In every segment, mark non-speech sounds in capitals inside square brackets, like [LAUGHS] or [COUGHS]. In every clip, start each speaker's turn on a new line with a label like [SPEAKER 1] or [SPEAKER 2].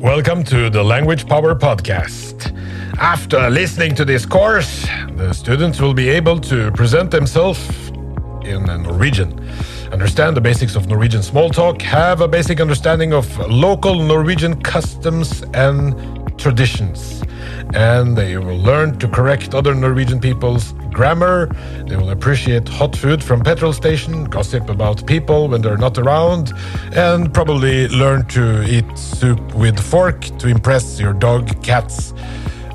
[SPEAKER 1] Welcome to the Language Power Podcast. After listening to this course, the students will be able to present themselves in Norwegian, understand the basics of Norwegian small talk, have a basic understanding of local Norwegian customs and traditions, and they will learn to correct other Norwegian people's grammar. They will appreciate hot food from petrol station, gossip about people when they're not around, and probably learn to eat soup with fork to impress your dog, cats,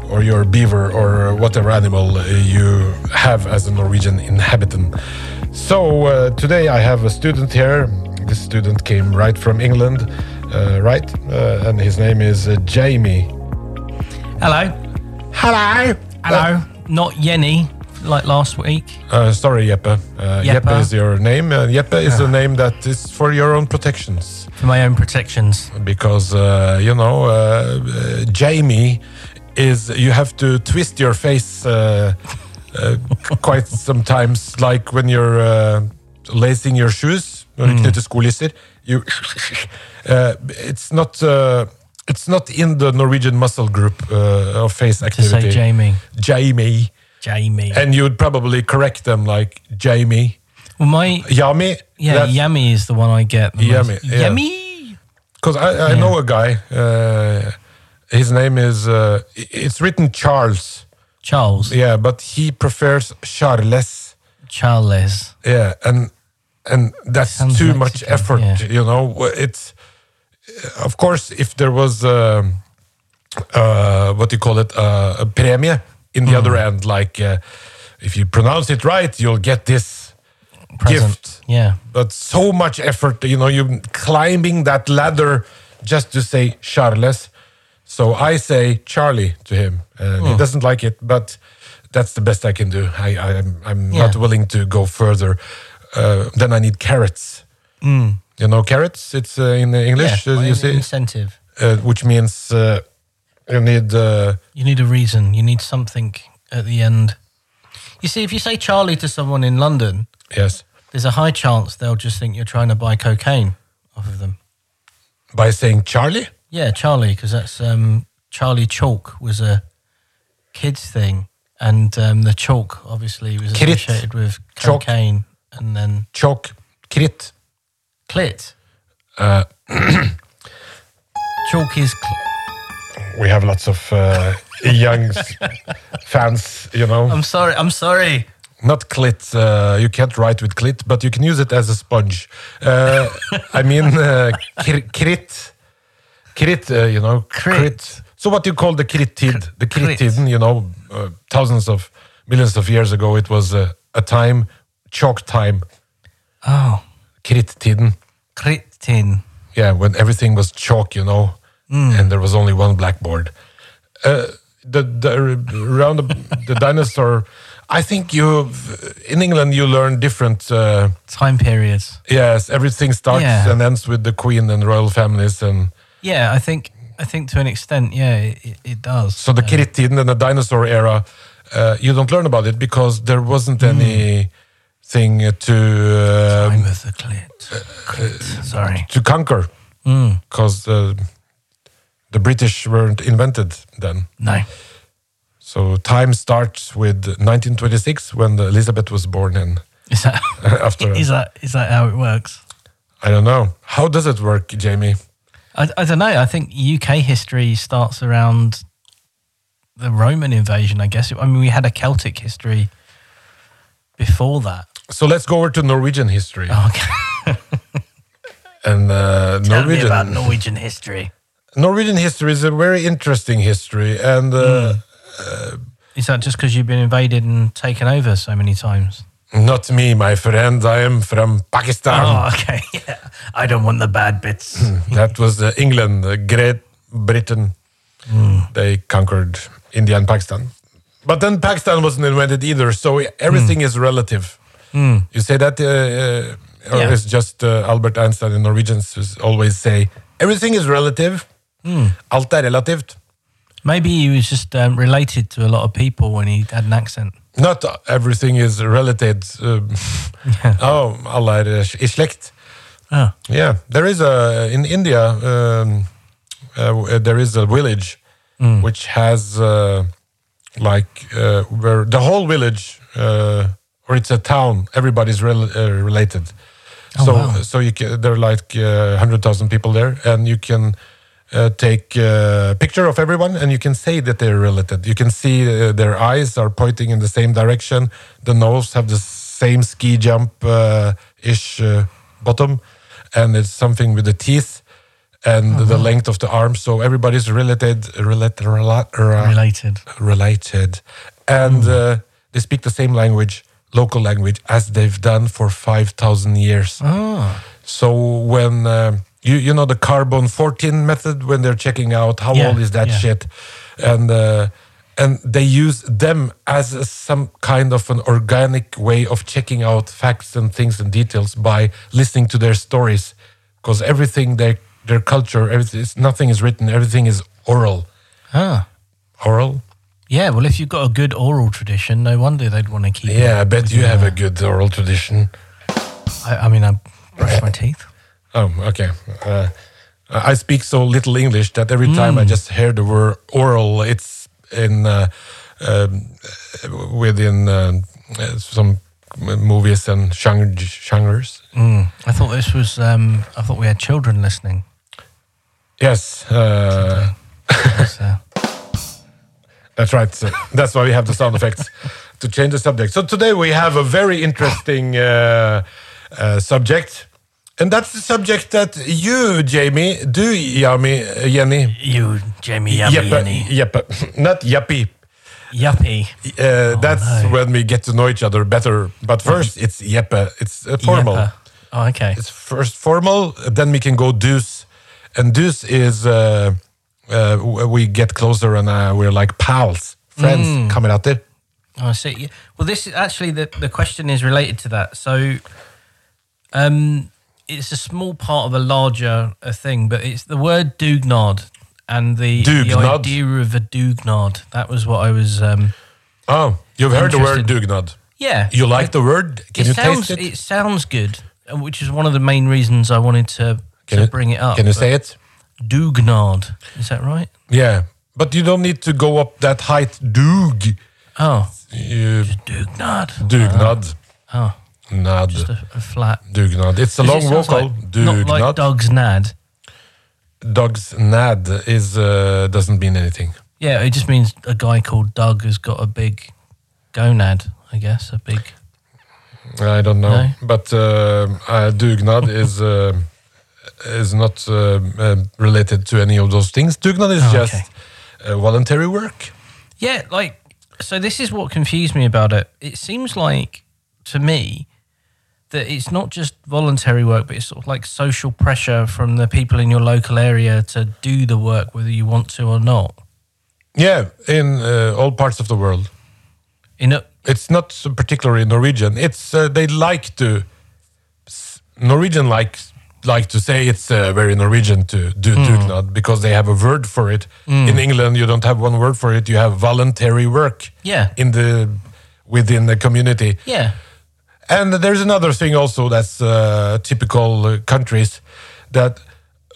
[SPEAKER 1] or your beaver or whatever animal uh, you have as a Norwegian inhabitant. So uh, today I have a student here. This student came right from England, uh, right? Uh, and his name is uh, Jamie.
[SPEAKER 2] Hello.
[SPEAKER 1] Hello.
[SPEAKER 2] Hello. Not Yenny, like last week.
[SPEAKER 1] Uh, sorry, Jeppe. Uh, Jeppe.
[SPEAKER 2] Jeppe. Ah.
[SPEAKER 1] is your name. Uh, Jeppe is a name that is for your own protections
[SPEAKER 2] For my own protections.
[SPEAKER 1] because uh, you know uh, uh, Jamie is. You have to twist your face uh, uh, [LAUGHS] quite sometimes, like when you're uh, lacing your shoes. Når
[SPEAKER 2] Hmm.
[SPEAKER 1] du knytter skolisser. You, [LAUGHS] uh, it's not. Uh, it's not in the Norwegian muscle group uh, of face
[SPEAKER 2] To
[SPEAKER 1] activity.
[SPEAKER 2] say Jamie.
[SPEAKER 1] Jamie.
[SPEAKER 2] Jamie.
[SPEAKER 1] And you'd probably correct them like Jamie.
[SPEAKER 2] well, my
[SPEAKER 1] Yami.
[SPEAKER 2] yeah, Yummy is the one I get. The
[SPEAKER 1] Yummy,
[SPEAKER 2] most.
[SPEAKER 1] yeah.
[SPEAKER 2] Yummy.
[SPEAKER 1] Because I, I know a guy. Uh, his name is. Uh, i- it's written Charles.
[SPEAKER 2] Charles.
[SPEAKER 1] Yeah, but he prefers Charles.
[SPEAKER 2] Charles.
[SPEAKER 1] Yeah, and and that's
[SPEAKER 2] Sounds
[SPEAKER 1] too
[SPEAKER 2] Mexican,
[SPEAKER 1] much effort.
[SPEAKER 2] yeah.
[SPEAKER 1] You know, Wh- it's. uh, Of course, if there was um, uh, what do you call it uh, a premie in the
[SPEAKER 2] Mm.
[SPEAKER 1] other end, like uh, if you pronounce it right, you'll get this
[SPEAKER 2] Present.
[SPEAKER 1] gift.
[SPEAKER 2] Yeah.
[SPEAKER 1] but so much effort. You know, you climbing that ladder just to say Charles. So I say Charlie to him, and
[SPEAKER 2] Hmm.
[SPEAKER 1] he doesn't like it. But that's the best I can do. I, I I'm, I'm not
[SPEAKER 2] Yeah.
[SPEAKER 1] willing to go further. Uh, then I need carrots. You know, carrots. It's uh, in English.
[SPEAKER 2] Hmm. yeah.
[SPEAKER 1] uh,
[SPEAKER 2] my
[SPEAKER 1] you see,
[SPEAKER 2] incentive.
[SPEAKER 1] uh, which means uh, you need. Uh,
[SPEAKER 2] You need a reason. You need something at the end. You see, if you say Charlie to someone in London,
[SPEAKER 1] yes,
[SPEAKER 2] there's a high chance they'll just think you're trying to buy cocaine off of them.
[SPEAKER 1] by saying Charlie.
[SPEAKER 2] Yeah, Charlie, because that's um, Charlie Chalk was a kids thing, and um, the chalk obviously was
[SPEAKER 1] Clit.
[SPEAKER 2] associated with
[SPEAKER 1] Chalk.
[SPEAKER 2] cocaine, and then
[SPEAKER 1] Chalk, crit.
[SPEAKER 2] clit.
[SPEAKER 1] Uh,
[SPEAKER 2] [CLEARS THROAT] chalk is cl-
[SPEAKER 1] We have lots of uh, young [LAUGHS] s- fans, you know.
[SPEAKER 2] I'm sorry. I'm sorry.
[SPEAKER 1] not clit. Uh, you can't write with clit, but you can use it as a sponge. Uh, I mean, uh, kr- crit, crit. Uh, you know, crit.
[SPEAKER 2] Crit.
[SPEAKER 1] So what you call the critid, the
[SPEAKER 2] crit.
[SPEAKER 1] critid. You know, uh, thousands of millions of years ago, it was uh, a time, chalk time,
[SPEAKER 2] Oh,
[SPEAKER 1] crittiden.
[SPEAKER 2] critin.
[SPEAKER 1] Yeah, when everything was chalk, you know, and there was only one blackboard. Uh, the the around the, the dinosaur. I think you in England you learn different. Uh,
[SPEAKER 2] Time periods.
[SPEAKER 1] Yes, everything starts
[SPEAKER 2] Yeah.
[SPEAKER 1] and ends with the queen and royal families, and
[SPEAKER 2] Yeah, I think. I think to an extent, yeah, it, it, it does.
[SPEAKER 1] so the
[SPEAKER 2] Uh,
[SPEAKER 1] Kiritin and the dinosaur era. Uh, you don't learn about it because there wasn't any thing to uh,
[SPEAKER 2] time of the clit. Clit. Sorry.
[SPEAKER 1] to conquer because uh, the British weren't invented then.
[SPEAKER 2] No.
[SPEAKER 1] So time starts with 1926 when Elizabeth was born in. [LAUGHS]
[SPEAKER 2] Is that
[SPEAKER 1] After
[SPEAKER 2] is that is that how it works?
[SPEAKER 1] I don't know how does it work, Jamie?
[SPEAKER 2] I, I don't know. I think UK history starts around the Roman invasion, I guess. I mean, we had a Celtic history before that. [LAUGHS]
[SPEAKER 1] So let's go over to Norwegian history
[SPEAKER 2] Oh, okay.
[SPEAKER 1] and uh,
[SPEAKER 2] Tell me
[SPEAKER 1] Norwegian.
[SPEAKER 2] about Norwegian history.
[SPEAKER 1] Norwegian history is a very interesting history, and uh,
[SPEAKER 2] Mm. Is that just because you've been invaded and taken over so many times?
[SPEAKER 1] not me, my friend. I am from Pakistan.
[SPEAKER 2] Oh, okay. [LAUGHS] Yeah. I don't want the bad bits.
[SPEAKER 1] That was uh, England, uh, Great Britain. They conquered India and Pakistan, but then Pakistan wasn't invented either. So e- everything is relative. You say that, uh, uh, or
[SPEAKER 2] Yeah.
[SPEAKER 1] it's just uh, Albert Einstein and Norwegians who always say everything is relative. Alt er relativt.
[SPEAKER 2] Maybe he was just um, related to a lot of people when he had an accent.
[SPEAKER 1] Not everything is related. Um, [LAUGHS] oh, alle er i slekt.
[SPEAKER 2] Oh.
[SPEAKER 1] Yeah, there is a in India. Um, uh, w- there is a village which has uh, like uh, where the whole village uh, or it's a town everybody's rel- uh, related so
[SPEAKER 2] wow.
[SPEAKER 1] so you can there are like uh, 100,000 people there and you can uh, take a picture of everyone and you can say that they're related you can see uh, their eyes are pointing in the same direction the nose have the same ski jump uh, ish uh, bottom and it's something with the teeth and the length of the arm so everybody's related related rela- ra-
[SPEAKER 2] related.
[SPEAKER 1] related
[SPEAKER 2] Hmm.
[SPEAKER 1] and uh, they speak the same language local language as they've done for 5000 years
[SPEAKER 2] Oh,
[SPEAKER 1] so when um you you know the carbon 14 method when they're checking out how
[SPEAKER 2] Yeah,
[SPEAKER 1] old is that
[SPEAKER 2] yeah.
[SPEAKER 1] shit, and uh, and they use them as a- some kind of an organic way of checking out facts and things and details by listening to their stories, because everything their their culture everything it's- nothing is written everything is oral
[SPEAKER 2] ah.
[SPEAKER 1] oral
[SPEAKER 2] Yeah, well, if you've got a good oral tradition, no wonder they'd want to keep it.
[SPEAKER 1] yeah I bet you have a good oral tradition
[SPEAKER 2] I, I mean, I brush my teeth.
[SPEAKER 1] Oh, okay. Uh, I speak so little English that every time I just hear the word oral, it's in uh, um, uh, within uh, uh, some movies and genre- genres.
[SPEAKER 2] Mm. I thought this was. Um, I thought we had children listening.
[SPEAKER 1] Yes, uh,
[SPEAKER 2] That's, uh,
[SPEAKER 1] that's right. So that's why we have the sound effects to change the subject. So today we have a very interesting uh, uh, subject. And that's the subject that you, Jamie, do, Yami, uh, Jenny,
[SPEAKER 2] you, Jamie, yummy,
[SPEAKER 1] Jeppe,
[SPEAKER 2] yummy.
[SPEAKER 1] Jeppe, uh, [LAUGHS] not Yuppie,
[SPEAKER 2] yuppie. Oh,
[SPEAKER 1] Uh, that's
[SPEAKER 2] no.
[SPEAKER 1] when we get to know each other better. But first, it's Jeppe. It's uh, formal.
[SPEAKER 2] Yepper. Oh, okay.
[SPEAKER 1] It's first formal, then we can go deuce. And deuce is uh, uh, w- we get closer and uh, we're like pals, friends,
[SPEAKER 2] Mm.
[SPEAKER 1] coming out there.
[SPEAKER 2] Oh, I see. Yeah. Well, this is actually the, the question is related to that. So, um, it's a small part of a larger uh, thing, but it's the word dugnard and the, the
[SPEAKER 1] Dugnad?
[SPEAKER 2] idea of a dugnard. That was what I was. Um,
[SPEAKER 1] Oh, you've heard the word dugnad.
[SPEAKER 2] yeah,
[SPEAKER 1] You like the word? Can
[SPEAKER 2] it
[SPEAKER 1] you
[SPEAKER 2] sounds
[SPEAKER 1] taste it?
[SPEAKER 2] sounds good, uh, which is one of the main reasons I wanted to,
[SPEAKER 1] Can
[SPEAKER 2] to
[SPEAKER 1] you-
[SPEAKER 2] bring it up.
[SPEAKER 1] Can you
[SPEAKER 2] but
[SPEAKER 1] say it?
[SPEAKER 2] dugnard? Is that right?
[SPEAKER 1] Yeah, but you don't need to go up that height. Dug,
[SPEAKER 2] Oh,
[SPEAKER 1] you,
[SPEAKER 2] dugnard.
[SPEAKER 1] dugnad,
[SPEAKER 2] Uh, Oh,
[SPEAKER 1] nad,
[SPEAKER 2] just a, a flat.
[SPEAKER 1] dugnad. It's a
[SPEAKER 2] 'Cause it
[SPEAKER 1] long
[SPEAKER 2] sounds
[SPEAKER 1] vocal.
[SPEAKER 2] like-
[SPEAKER 1] dugnad.
[SPEAKER 2] Not like dog's nad.
[SPEAKER 1] Doug's nad is uh, doesn't mean anything.
[SPEAKER 2] Yeah, it just means a guy called Doug has got a big gonad, I guess, a big.
[SPEAKER 1] I don't know,
[SPEAKER 2] No.
[SPEAKER 1] but uh, uh,
[SPEAKER 2] [LAUGHS]
[SPEAKER 1] dugnad is uh, is not uh, um, related to any of those things. Dugnad is
[SPEAKER 2] Oh,
[SPEAKER 1] just
[SPEAKER 2] okay.
[SPEAKER 1] uh, voluntary work.
[SPEAKER 2] Yeah, like so. This is what confused me about it. It seems like to me that it's not just voluntary work, but it's sort of like social pressure from the people in your local area to do the work, whether you want to or not.
[SPEAKER 1] Yeah, in uh, all parts of the world.
[SPEAKER 2] In a,
[SPEAKER 1] It's not so particularly Norwegian. It's uh, they like to s- Norwegian like like to say it's uh, very Norwegian to do dugnad because they have a word for it. In England, you don't have one word for it. You have voluntary work.
[SPEAKER 2] yeah,
[SPEAKER 1] in the within the community.
[SPEAKER 2] yeah,
[SPEAKER 1] And there's another thing also that's uh, typical uh, countries that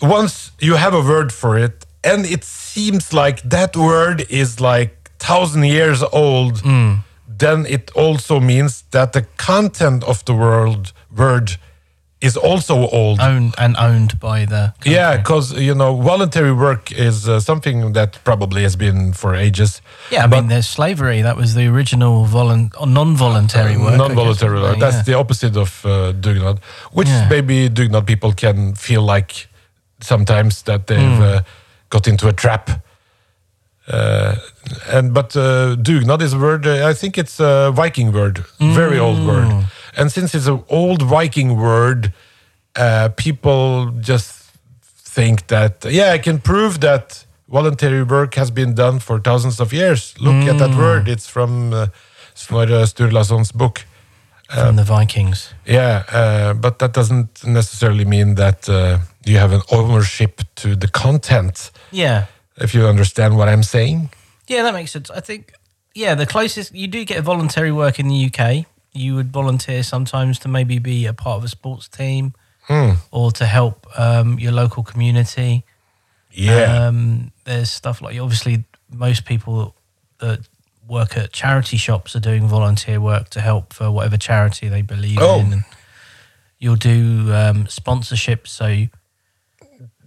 [SPEAKER 1] once you have a word for it, and it seems like that word is like thousand years old,
[SPEAKER 2] Mm.
[SPEAKER 1] then it also means that the content of the world word is also old.
[SPEAKER 2] owned and owned by the. Country.
[SPEAKER 1] Yeah, because you know, voluntary work is uh, something that probably has been for ages.
[SPEAKER 2] Yeah, I mean, there's slavery. That was the original volun- or Uh, non-voluntary work. I guess,
[SPEAKER 1] Non-voluntary
[SPEAKER 2] wasn't
[SPEAKER 1] work.
[SPEAKER 2] it?
[SPEAKER 1] That's
[SPEAKER 2] Yeah.
[SPEAKER 1] the opposite of uh, dugnad, which
[SPEAKER 2] Yeah.
[SPEAKER 1] maybe dugnad people can feel like sometimes that they've uh, got into a trap. Uh, and but uh, dugnad is a word. Uh, I think it's a Viking word, very old word. And since it's an old Viking word, uh, people just think that yeah, I can prove that voluntary work has been done for thousands of years. Look at that word; it's from uh, Snorre Sturlason's book.
[SPEAKER 2] from the Vikings.
[SPEAKER 1] Yeah, uh, but that doesn't necessarily mean that uh, you have an ownership to the content.
[SPEAKER 2] Yeah.
[SPEAKER 1] If you understand what I'm saying,
[SPEAKER 2] Yeah, that makes sense. I think, yeah, the closest you do get voluntary work in the UK, you would volunteer sometimes to maybe be Hmm. a part of a sports team or to help um, your local community.
[SPEAKER 1] Yeah.
[SPEAKER 2] Um, there's stuff like obviously most people that work at charity shops are doing volunteer work to help for whatever charity they believe
[SPEAKER 1] Oh.
[SPEAKER 2] in. And you'll do um, sponsorships, so you-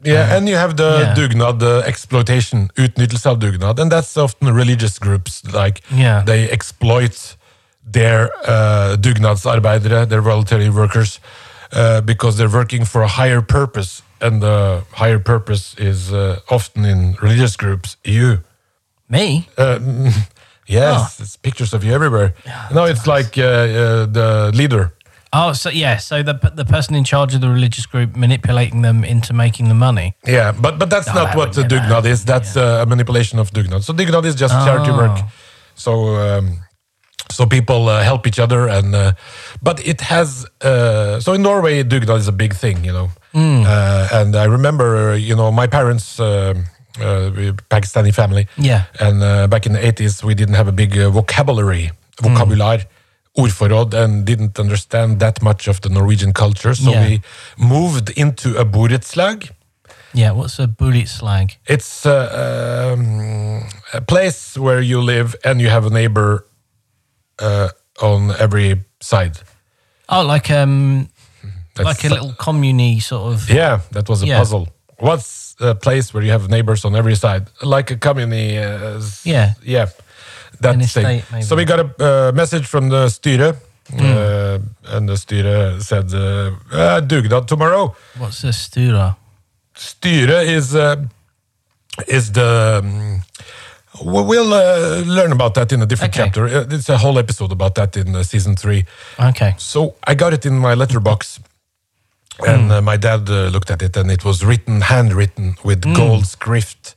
[SPEAKER 1] yeah, and you have the
[SPEAKER 2] Uh-huh. yeah.
[SPEAKER 1] dugnad, the exploitation, utnyttelse of dugnad, and that's often religious groups like
[SPEAKER 2] Yeah.
[SPEAKER 1] they exploit their uh, dugnadsarbeidere, their voluntary workers, uh, because they're working for a higher purpose, and the higher purpose is uh, often in religious groups. You.
[SPEAKER 2] me.
[SPEAKER 1] Uh, yes, it's pictures of you everywhere. no, it's like uh, uh, the leader.
[SPEAKER 2] Oh, so yeah, so the the person in charge of the religious group manipulating them into making the money.
[SPEAKER 1] Yeah, but but that's not
[SPEAKER 2] that Oh.
[SPEAKER 1] what the
[SPEAKER 2] would never
[SPEAKER 1] dugnad is. That's uh, a manipulation of dugnad. So dugnad is just charity work. So um, so people uh, help each other, and uh, but it has uh, so in Norway dugnad is a big thing, you know.
[SPEAKER 2] Mm.
[SPEAKER 1] Uh, and I remember, you know, my parents. um uh, we- Pakistani family,
[SPEAKER 2] Yeah.
[SPEAKER 1] and uh, back in the 80s we didn't have a big uh, vocabulary,
[SPEAKER 2] Mm.
[SPEAKER 1] vocabular, ordforråd, and didn't understand that much of the Norwegian culture. So
[SPEAKER 2] Yeah.
[SPEAKER 1] we moved into a borettslag,
[SPEAKER 2] Yeah, what's a bullet slag?
[SPEAKER 1] it's uh, um, a place where you live and you have a neighbor uh, on every side.
[SPEAKER 2] Oh, like um,
[SPEAKER 1] That's-
[SPEAKER 2] like a little commune sort of.
[SPEAKER 1] Yeah, that was a
[SPEAKER 2] Yeah.
[SPEAKER 1] puzzle. What's a place where you have neighbors on every side, like a community? Uh, s-
[SPEAKER 2] Yeah.
[SPEAKER 1] yeah, that
[SPEAKER 2] An
[SPEAKER 1] thing.
[SPEAKER 2] estate, maybe. Hmm.
[SPEAKER 1] So we got a uh, message from the styre, uh, and the styre said, uh, uh, "Dugnad tomorrow."
[SPEAKER 2] What's a stura?
[SPEAKER 1] Styre is uh, is the. um, we- we'll uh, learn about that in a different
[SPEAKER 2] Okay.
[SPEAKER 1] chapter. Uh, It's a whole episode about that in uh, season three.
[SPEAKER 2] Okay.
[SPEAKER 1] So I got it in my letterbox,
[SPEAKER 2] Hmm.
[SPEAKER 1] and uh, my dad uh, looked at it, and it was written, handwritten with gold script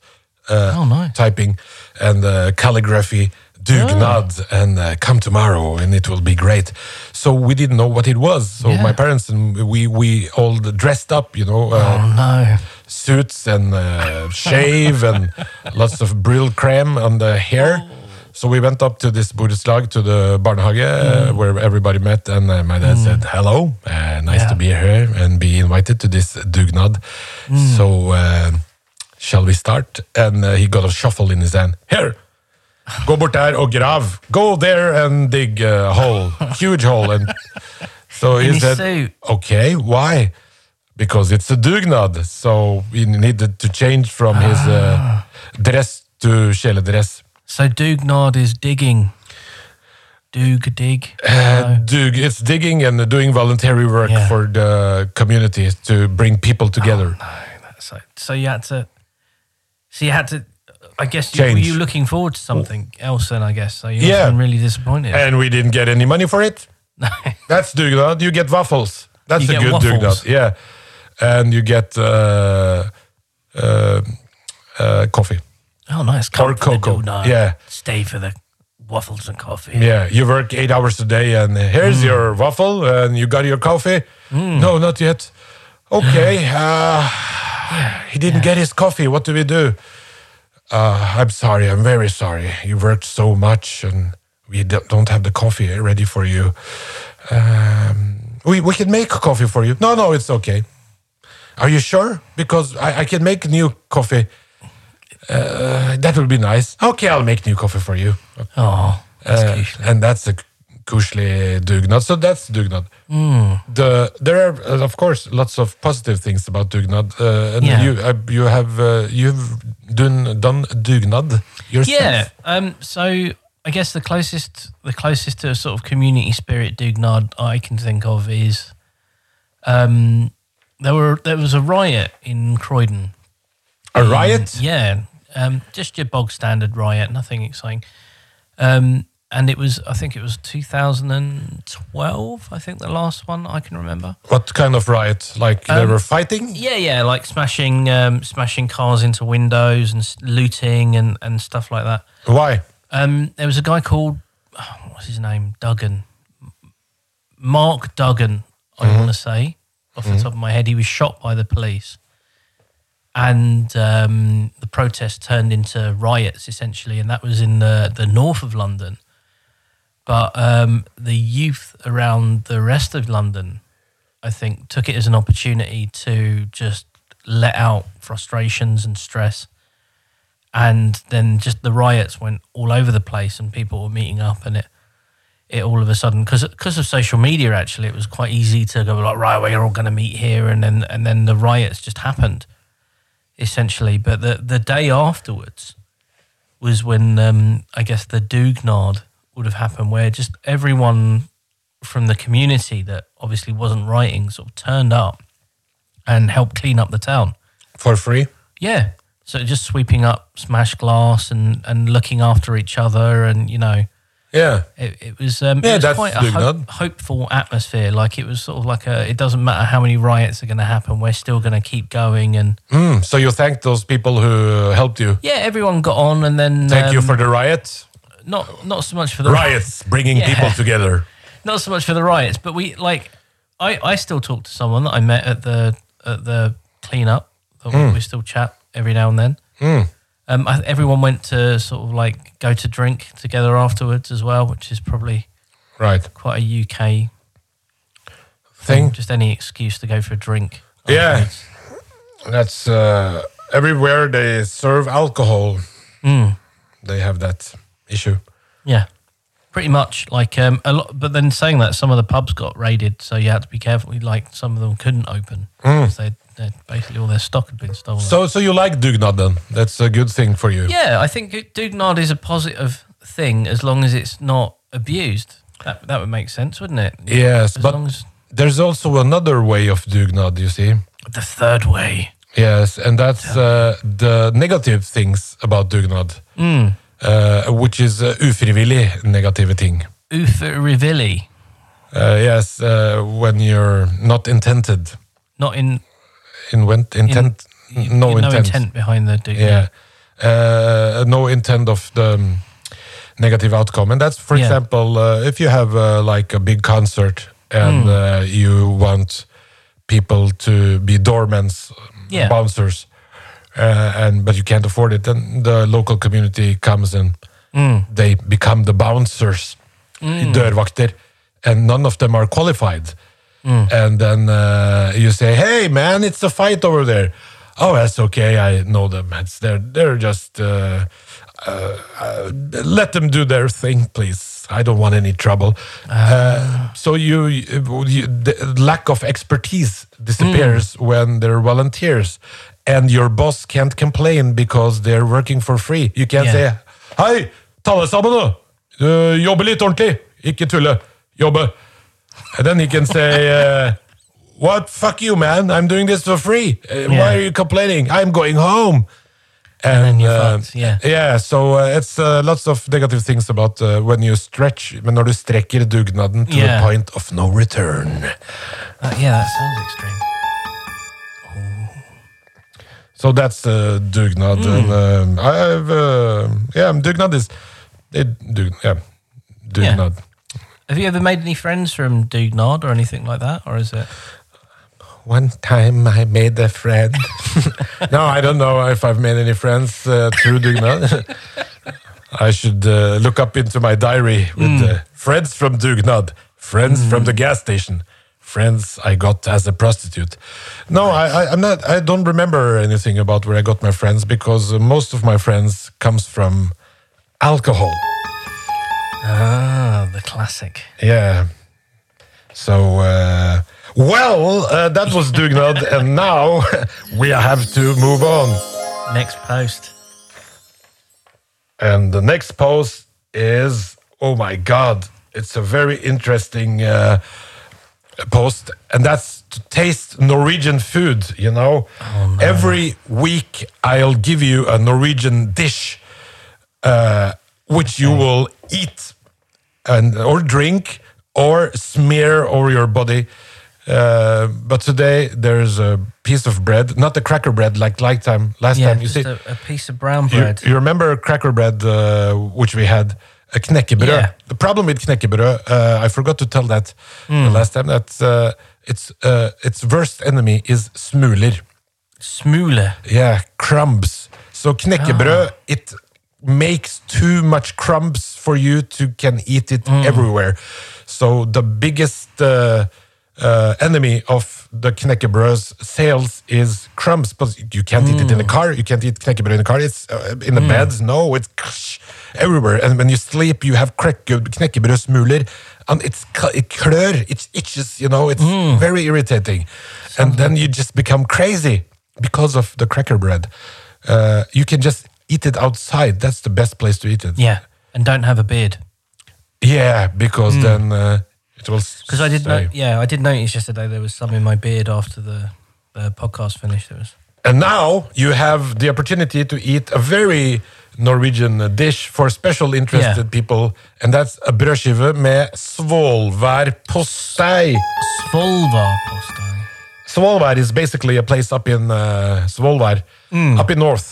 [SPEAKER 1] uh,
[SPEAKER 2] Oh, Hmm. nice.
[SPEAKER 1] typing and uh, calligraphy. Dugnad
[SPEAKER 2] Ah.
[SPEAKER 1] and uh, come tomorrow and it will be great. So we didn't know what it was. So
[SPEAKER 2] Yeah.
[SPEAKER 1] my parents and we we all dressed up, you know, uh,
[SPEAKER 2] Oh no.
[SPEAKER 1] suits and uh, shave and lots of brill cream on the hair. So we went up to this borettslag to the barnehage uh, where everybody met, and uh, my dad said, "Hello, uh, nice to
[SPEAKER 2] Yeah.
[SPEAKER 1] be here and be invited to this dugnad." So, uh, shall we start? And uh, he got a shovel in his hand. Here, go bort der og grav. Go there and dig a hole, huge hole. And so he
[SPEAKER 2] his
[SPEAKER 1] said,
[SPEAKER 2] suit.
[SPEAKER 1] "Okay, why?" because it's a dugnad. So he needed to change from his uh, dress to kjeledress.
[SPEAKER 2] So Dugnard is digging. Dug dig.
[SPEAKER 1] [SIGHS] Uh, dug, it's digging and doing voluntary work
[SPEAKER 2] Yeah.
[SPEAKER 1] for the community to bring people together.
[SPEAKER 2] So, so you had to. So you had to. I guess you, were
[SPEAKER 1] Change.
[SPEAKER 2] you looking forward to something else? Then I guess. So you must
[SPEAKER 1] Yeah. Uh,
[SPEAKER 2] have been really disappointed.
[SPEAKER 1] And we didn't get any money for it. That's dugnad. You get waffles. That's
[SPEAKER 2] You
[SPEAKER 1] a
[SPEAKER 2] get
[SPEAKER 1] good
[SPEAKER 2] waffles.
[SPEAKER 1] dugnad. Yeah. And you get uh, uh, uh, coffee.
[SPEAKER 2] [LAUGHS] oh, nice.
[SPEAKER 1] Or
[SPEAKER 2] Come for the
[SPEAKER 1] cocoa.
[SPEAKER 2] Dugnard.
[SPEAKER 1] Yeah.
[SPEAKER 2] Stay for the waffles and coffee.
[SPEAKER 1] Yeah, you work eight hours a day, and uh, here's your waffle, and you got your coffee. No, not yet. Okay, uh, he didn't get his coffee. What do we do? Uh, I'm sorry. I'm very sorry. You worked so much, and we do- don't have the coffee ready for you. Um, we we can make coffee for you. No, no, it's okay. Are you sure? Because I, I can make new coffee. Uh, that would be nice. Okay, I'll make new coffee for you.
[SPEAKER 2] Oh, that's
[SPEAKER 1] Uh,
[SPEAKER 2] cute.
[SPEAKER 1] and that's a kushli dugnad. So that's dugnad.
[SPEAKER 2] Hmm.
[SPEAKER 1] The there are uh, of course lots of positive things about dugnad. Uh, and
[SPEAKER 2] Yeah.
[SPEAKER 1] you uh, you have uh, you've done done dugnad yourself.
[SPEAKER 2] Yeah. Um. So I guess the closest the closest to a sort of community spirit Dugnard I can think of is, um, there were there was a riot in Croydon.
[SPEAKER 1] A riot.
[SPEAKER 2] Yeah, um, just your bog standard riot, nothing exciting. Um, and it was, I think it was 2012. I think the last one I can remember.
[SPEAKER 1] What kind of riot? Like they were fighting.
[SPEAKER 2] Um, Yeah, yeah, like smashing, um, smashing cars into windows and s- looting and, and stuff like that.
[SPEAKER 1] Why?
[SPEAKER 2] Um, there was a guy called oh, what's his name? Duggan, Mark Duggan. I want to say off the top of my head, he was shot by the police, and um, the protest turned into riots essentially, and that was in the the north of London. But um, the youth around the rest of London, I think, took it as an opportunity to just let out frustrations and stress. And then just the riots went all over the place, and people were meeting up, and it it all of a sudden because because of social media actually it was quite easy to go like right we're all going to meet here and then and then the riots just happened essentially but the the day afterwards was when um i guess the dugnard would have happened where just everyone from the community that obviously wasn't writing sort of turned up and helped clean up the town
[SPEAKER 1] for free.
[SPEAKER 2] yeah. So just sweeping up smashed glass and, and looking after each other and, you know,
[SPEAKER 1] Yeah,
[SPEAKER 2] it, it was um,
[SPEAKER 1] Yeah,
[SPEAKER 2] it was
[SPEAKER 1] that's
[SPEAKER 2] quite a
[SPEAKER 1] doing
[SPEAKER 2] hope,
[SPEAKER 1] that.
[SPEAKER 2] hopeful atmosphere. Like it was sort of like a. It doesn't matter how many riots are going to happen. We're still going to keep going, and
[SPEAKER 1] Hmm, so you thank those people who helped you.
[SPEAKER 2] yeah, everyone got on, and then
[SPEAKER 1] Thank you
[SPEAKER 2] um,
[SPEAKER 1] for the
[SPEAKER 2] [LAUGHS]
[SPEAKER 1] riot.
[SPEAKER 2] not not so much for the
[SPEAKER 1] Riots bringing
[SPEAKER 2] Yeah.
[SPEAKER 1] people together.
[SPEAKER 2] not so much for the riots, but we like. I I still talk to someone that I met at the at the cleanup. That
[SPEAKER 1] Hmm.
[SPEAKER 2] we, we still chat every now and then. Um, I, everyone went to sort of like go to drink together afterwards as well, which is probably
[SPEAKER 1] Right.
[SPEAKER 2] quite a UK
[SPEAKER 1] Thing.
[SPEAKER 2] Just any excuse to go for a drink.
[SPEAKER 1] Yeah. That's uh, everywhere they serve alcohol. They have that issue.
[SPEAKER 2] Yeah. Pretty much like um, a lot, but then saying that some of the pubs got raided, so you had to be careful. Like some of them couldn't open
[SPEAKER 1] Hmm.
[SPEAKER 2] because they, they basically all their stock had been stolen.
[SPEAKER 1] So, so you like Dugnad then? That's a good thing for you.
[SPEAKER 2] yeah, I think it- Dugnard is a positive thing as long as it's not abused. That that would make sense, wouldn't it?
[SPEAKER 1] Yes,
[SPEAKER 2] as
[SPEAKER 1] but
[SPEAKER 2] long as
[SPEAKER 1] there's also another way of Dugnad. You see.
[SPEAKER 2] the third way.
[SPEAKER 1] Yes, and that's uh, the negative things about Dugnad, uh, which is uh, ufrivillig negative thing.
[SPEAKER 2] Ufa Rivilli,
[SPEAKER 1] Uh, yes, uh, when you're not intended,
[SPEAKER 2] not in
[SPEAKER 1] invent, intent, no
[SPEAKER 2] no
[SPEAKER 1] intent.
[SPEAKER 2] intent behind the Dugnard.
[SPEAKER 1] Yeah, Uh, no intent of the um, negative outcome, and that's, for
[SPEAKER 2] Yeah.
[SPEAKER 1] example, uh, if you have uh, like a big concert
[SPEAKER 2] Hmm.
[SPEAKER 1] and uh, you want people to be doormans,
[SPEAKER 2] Yeah.
[SPEAKER 1] bouncers, uh, and but you can't afford it, then the local community comes and
[SPEAKER 2] Hmm.
[SPEAKER 1] they become the bouncers, dørvakter, and none of them are qualified. And then uh, you say, "Hey, man, it's a fight over there." Oh, that's okay. I know them. It's they're they're just uh, uh, uh, let them do their thing, please. I don't want any trouble. Uh, so you, you the lack of expertise disappears when they're volunteers, and your boss can't complain because they're working for free. You can't
[SPEAKER 2] Yeah.
[SPEAKER 1] say, Hei, ta deg sammen, da! Eh, jobbe litt ordentlig! Ikke tulle. Jobbe. And then he can
[SPEAKER 2] [LAUGHS]
[SPEAKER 1] say, uh, What? Fuck you, man. I'm doing this for free. Uh, Why
[SPEAKER 2] Yeah.
[SPEAKER 1] are you complaining? I'm going home. And,
[SPEAKER 2] then you're
[SPEAKER 1] uh,
[SPEAKER 2] fucked, yeah.
[SPEAKER 1] yeah, so uh, it's uh, lots of negative things about uh, when you stretch, men når du strekker dugnaden to
[SPEAKER 2] Yeah.
[SPEAKER 1] the point of no return.
[SPEAKER 2] Uh, yeah, that sounds extreme.
[SPEAKER 1] So that's uh, dugnad.
[SPEAKER 2] Mm.
[SPEAKER 1] And, um, I- I've, uh, yeah, dugnad is, it, dug, yeah, dugnad.
[SPEAKER 2] Have you ever made any friends from Dugnard or anything like that, or is it?
[SPEAKER 1] One time I made a friend. [LAUGHS] no, I don't know if I've made any friends uh, through Dugnad. [LAUGHS] I should uh, look up into my diary with uh, friends from Dugnad, friends from the gas station, friends I got as a prostitute. No, I, I, I'm not. I don't remember anything about where I got my friends because uh, most of my friends comes from alcohol.
[SPEAKER 2] Ah, the classic.
[SPEAKER 1] Yeah. So, uh, well, uh, that was Dugnad, and now [LAUGHS] we have to move on.
[SPEAKER 2] Next post.
[SPEAKER 1] And the next post is oh my God, it's a very interesting uh, post, and that's to taste Norwegian food. You know,
[SPEAKER 2] Oh,
[SPEAKER 1] every week I'll give you a Norwegian dish, uh, which you will eat and or drink or smear over your body. Uh, but today there's a piece of bread, not the cracker bread like like time last
[SPEAKER 2] Yeah,
[SPEAKER 1] time. You
[SPEAKER 2] just
[SPEAKER 1] see,
[SPEAKER 2] a, a piece of brown
[SPEAKER 1] you-
[SPEAKER 2] bread.
[SPEAKER 1] You, remember cracker bread, uh, which we had, a knäckebröd.
[SPEAKER 2] Yeah.
[SPEAKER 1] The problem with knäckebröd, uh, I forgot to tell that the last time, that uh, its uh, its worst enemy is smuler.
[SPEAKER 2] Smuler.
[SPEAKER 1] Yeah, crumbs. So knäckebröd, it makes too much crumbs for you to can eat it everywhere. So the biggest uh, uh, enemy of the knekkebrød's sales is crumbs. But you can't eat it in the car. You can't eat knekkebrød in the car. It's uh, in the beds. No, it's ksh, everywhere. And when you sleep, you have knekke- knekkebrødsmuler. And it's cl- it klør. It itches. You know, it's very irritating. And then you just become crazy because of the cracker bread. Uh, you can just eat it outside. That's the best place to eat it.
[SPEAKER 2] Yeah, and don't have a beard
[SPEAKER 1] Yeah, because then uh, it will.
[SPEAKER 2] because Hmm. I did. No- yeah, I did notice yesterday there was some in my beard after the, the podcast finished. It was
[SPEAKER 1] And now you have the opportunity to eat a very Norwegian dish for special interested
[SPEAKER 2] Yeah.
[SPEAKER 1] people, and that's a brødskive med svolværpostei.
[SPEAKER 2] Svolvar postei.
[SPEAKER 1] Svolvær is basically a place up in uh, Svolvær, up in north.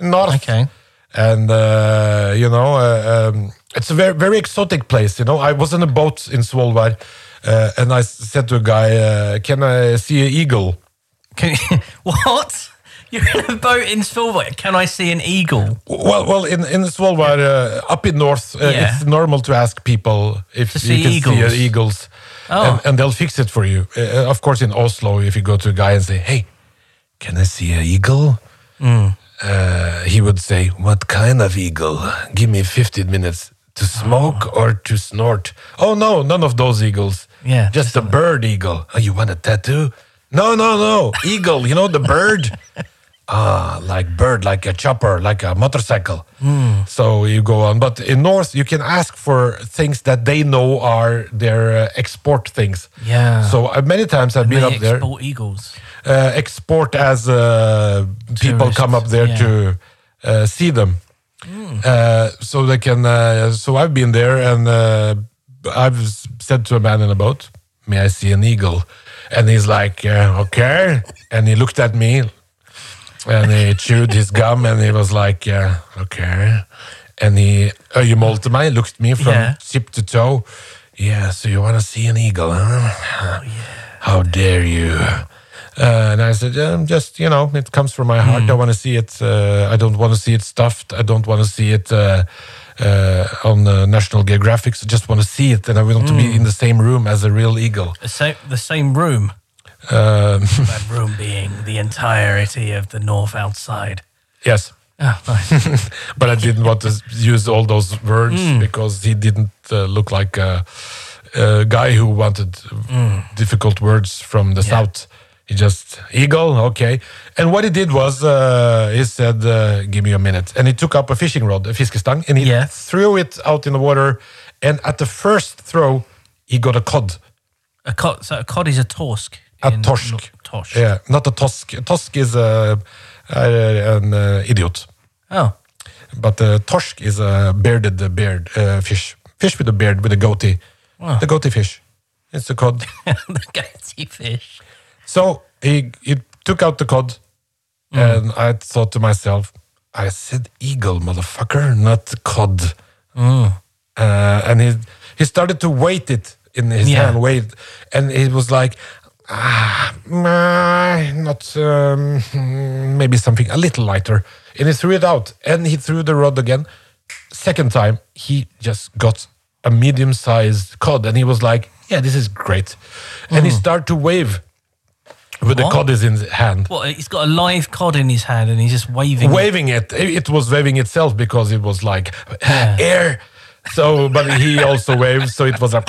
[SPEAKER 1] North.
[SPEAKER 2] Okay.
[SPEAKER 1] And, uh, you know, uh, um, it's a very, very exotic place, you know. I was on a boat in Svolvær, uh, and I s- said to a guy, uh, can I see an eagle?
[SPEAKER 2] Can you, [LAUGHS] what? You're in a boat in Svolvar. Can I see an eagle?
[SPEAKER 1] Well, well, in in Svalbard, uh, up in north, uh,
[SPEAKER 2] Yeah.
[SPEAKER 1] it's normal to ask people if
[SPEAKER 2] To
[SPEAKER 1] you
[SPEAKER 2] see
[SPEAKER 1] can see uh,
[SPEAKER 2] eagles.
[SPEAKER 1] eagles,
[SPEAKER 2] Oh.
[SPEAKER 1] and, and they'll fix it for you. Uh, of course, in Oslo, if you go to a guy and say, "Hey, can I see an eagle?"
[SPEAKER 2] Mm.
[SPEAKER 1] Uh, he would say, "What kind of eagle? Give me 15 minutes to
[SPEAKER 2] Oh.
[SPEAKER 1] smoke or to snort." Oh no, none of those eagles.
[SPEAKER 2] Yeah,
[SPEAKER 1] just a bird eagle. Oh, you want a tattoo? No, no, no, eagle. You know the
[SPEAKER 2] [LAUGHS]
[SPEAKER 1] bird. Ah, like bird, like a chopper, like a motorcycle.
[SPEAKER 2] Hmm.
[SPEAKER 1] So you go on. But in North, you can ask for things that they know are their uh, export things.
[SPEAKER 2] Yeah.
[SPEAKER 1] So uh, many times I've been
[SPEAKER 2] They
[SPEAKER 1] up there.
[SPEAKER 2] export eagles.
[SPEAKER 1] Uh, export as uh, people come up
[SPEAKER 2] Tourists,
[SPEAKER 1] there
[SPEAKER 2] yeah. Hmm.
[SPEAKER 1] to uh, see them. Uh, so they can. Uh, so I've been there, and uh, I've s- said to a man in a boat, "May I see an eagle?" And he's like, uh, "Okay." And he looked at me and he chewed his gum and he was like, yeah, okay. And he, oh, you molted me, looked at me from
[SPEAKER 2] Yeah.
[SPEAKER 1] tip to toe. Yeah, so you want to see an eagle, huh? How dare you? Uh, and I said, yeah, I'm just, you know, it comes from my heart. I want to see it. Uh, I don't want to see it stuffed. I don't want to see it uh, uh, on uh, National Geographic. I just want to see it. And I want to be in the same room as a real eagle.
[SPEAKER 2] The same, the same room.
[SPEAKER 1] Um, [LAUGHS]
[SPEAKER 2] That room being the entirety of the north outside.
[SPEAKER 1] yes.
[SPEAKER 2] Oh, nice.
[SPEAKER 1] but I didn't want to use all those words because he didn't uh, look like a, a guy who wanted difficult words from the south. He just eagle, okay. And what he did was uh, he said, uh, "Give me a minute," and he took up a fishing rod, a fiskestang, and he
[SPEAKER 2] Yeah.
[SPEAKER 1] threw it out in the water. And at the first throw, he got a cod.
[SPEAKER 2] [LAUGHS] a cod, so a cod is a torsk.
[SPEAKER 1] A
[SPEAKER 2] in
[SPEAKER 1] torsk.
[SPEAKER 2] Nor- Torsk.
[SPEAKER 1] Yeah, not a tosk. A tosk is a, a- an uh, idiot.
[SPEAKER 2] Oh, [LAUGHS]
[SPEAKER 1] But uh, torsk is a bearded uh, beard uh, fish. Fish with a beard, with a goatee. The goatee fish. It's a cod.
[SPEAKER 2] the gaty fish.
[SPEAKER 1] so he, he took out the cod, and I thought to myself, I said eagle, motherfucker, not cod. Uh, and he, he started to weight it in his
[SPEAKER 2] Yeah.
[SPEAKER 1] hand, weight. And it was like, ah, mm, not, um, mm, maybe something a little lighter. And he threw it out, and he threw the rod again. Second time, he just got a medium sized cod, and he was like, yeah, this is great. And he started to wave with the
[SPEAKER 2] What?
[SPEAKER 1] cod is in his hand
[SPEAKER 2] What? He's got a live cod in his hand and he's just waving. it.
[SPEAKER 1] waving it. It it was waving itself because it was like
[SPEAKER 2] Yeah.
[SPEAKER 1] [LAUGHS] air. So, but he also waved, so it was a.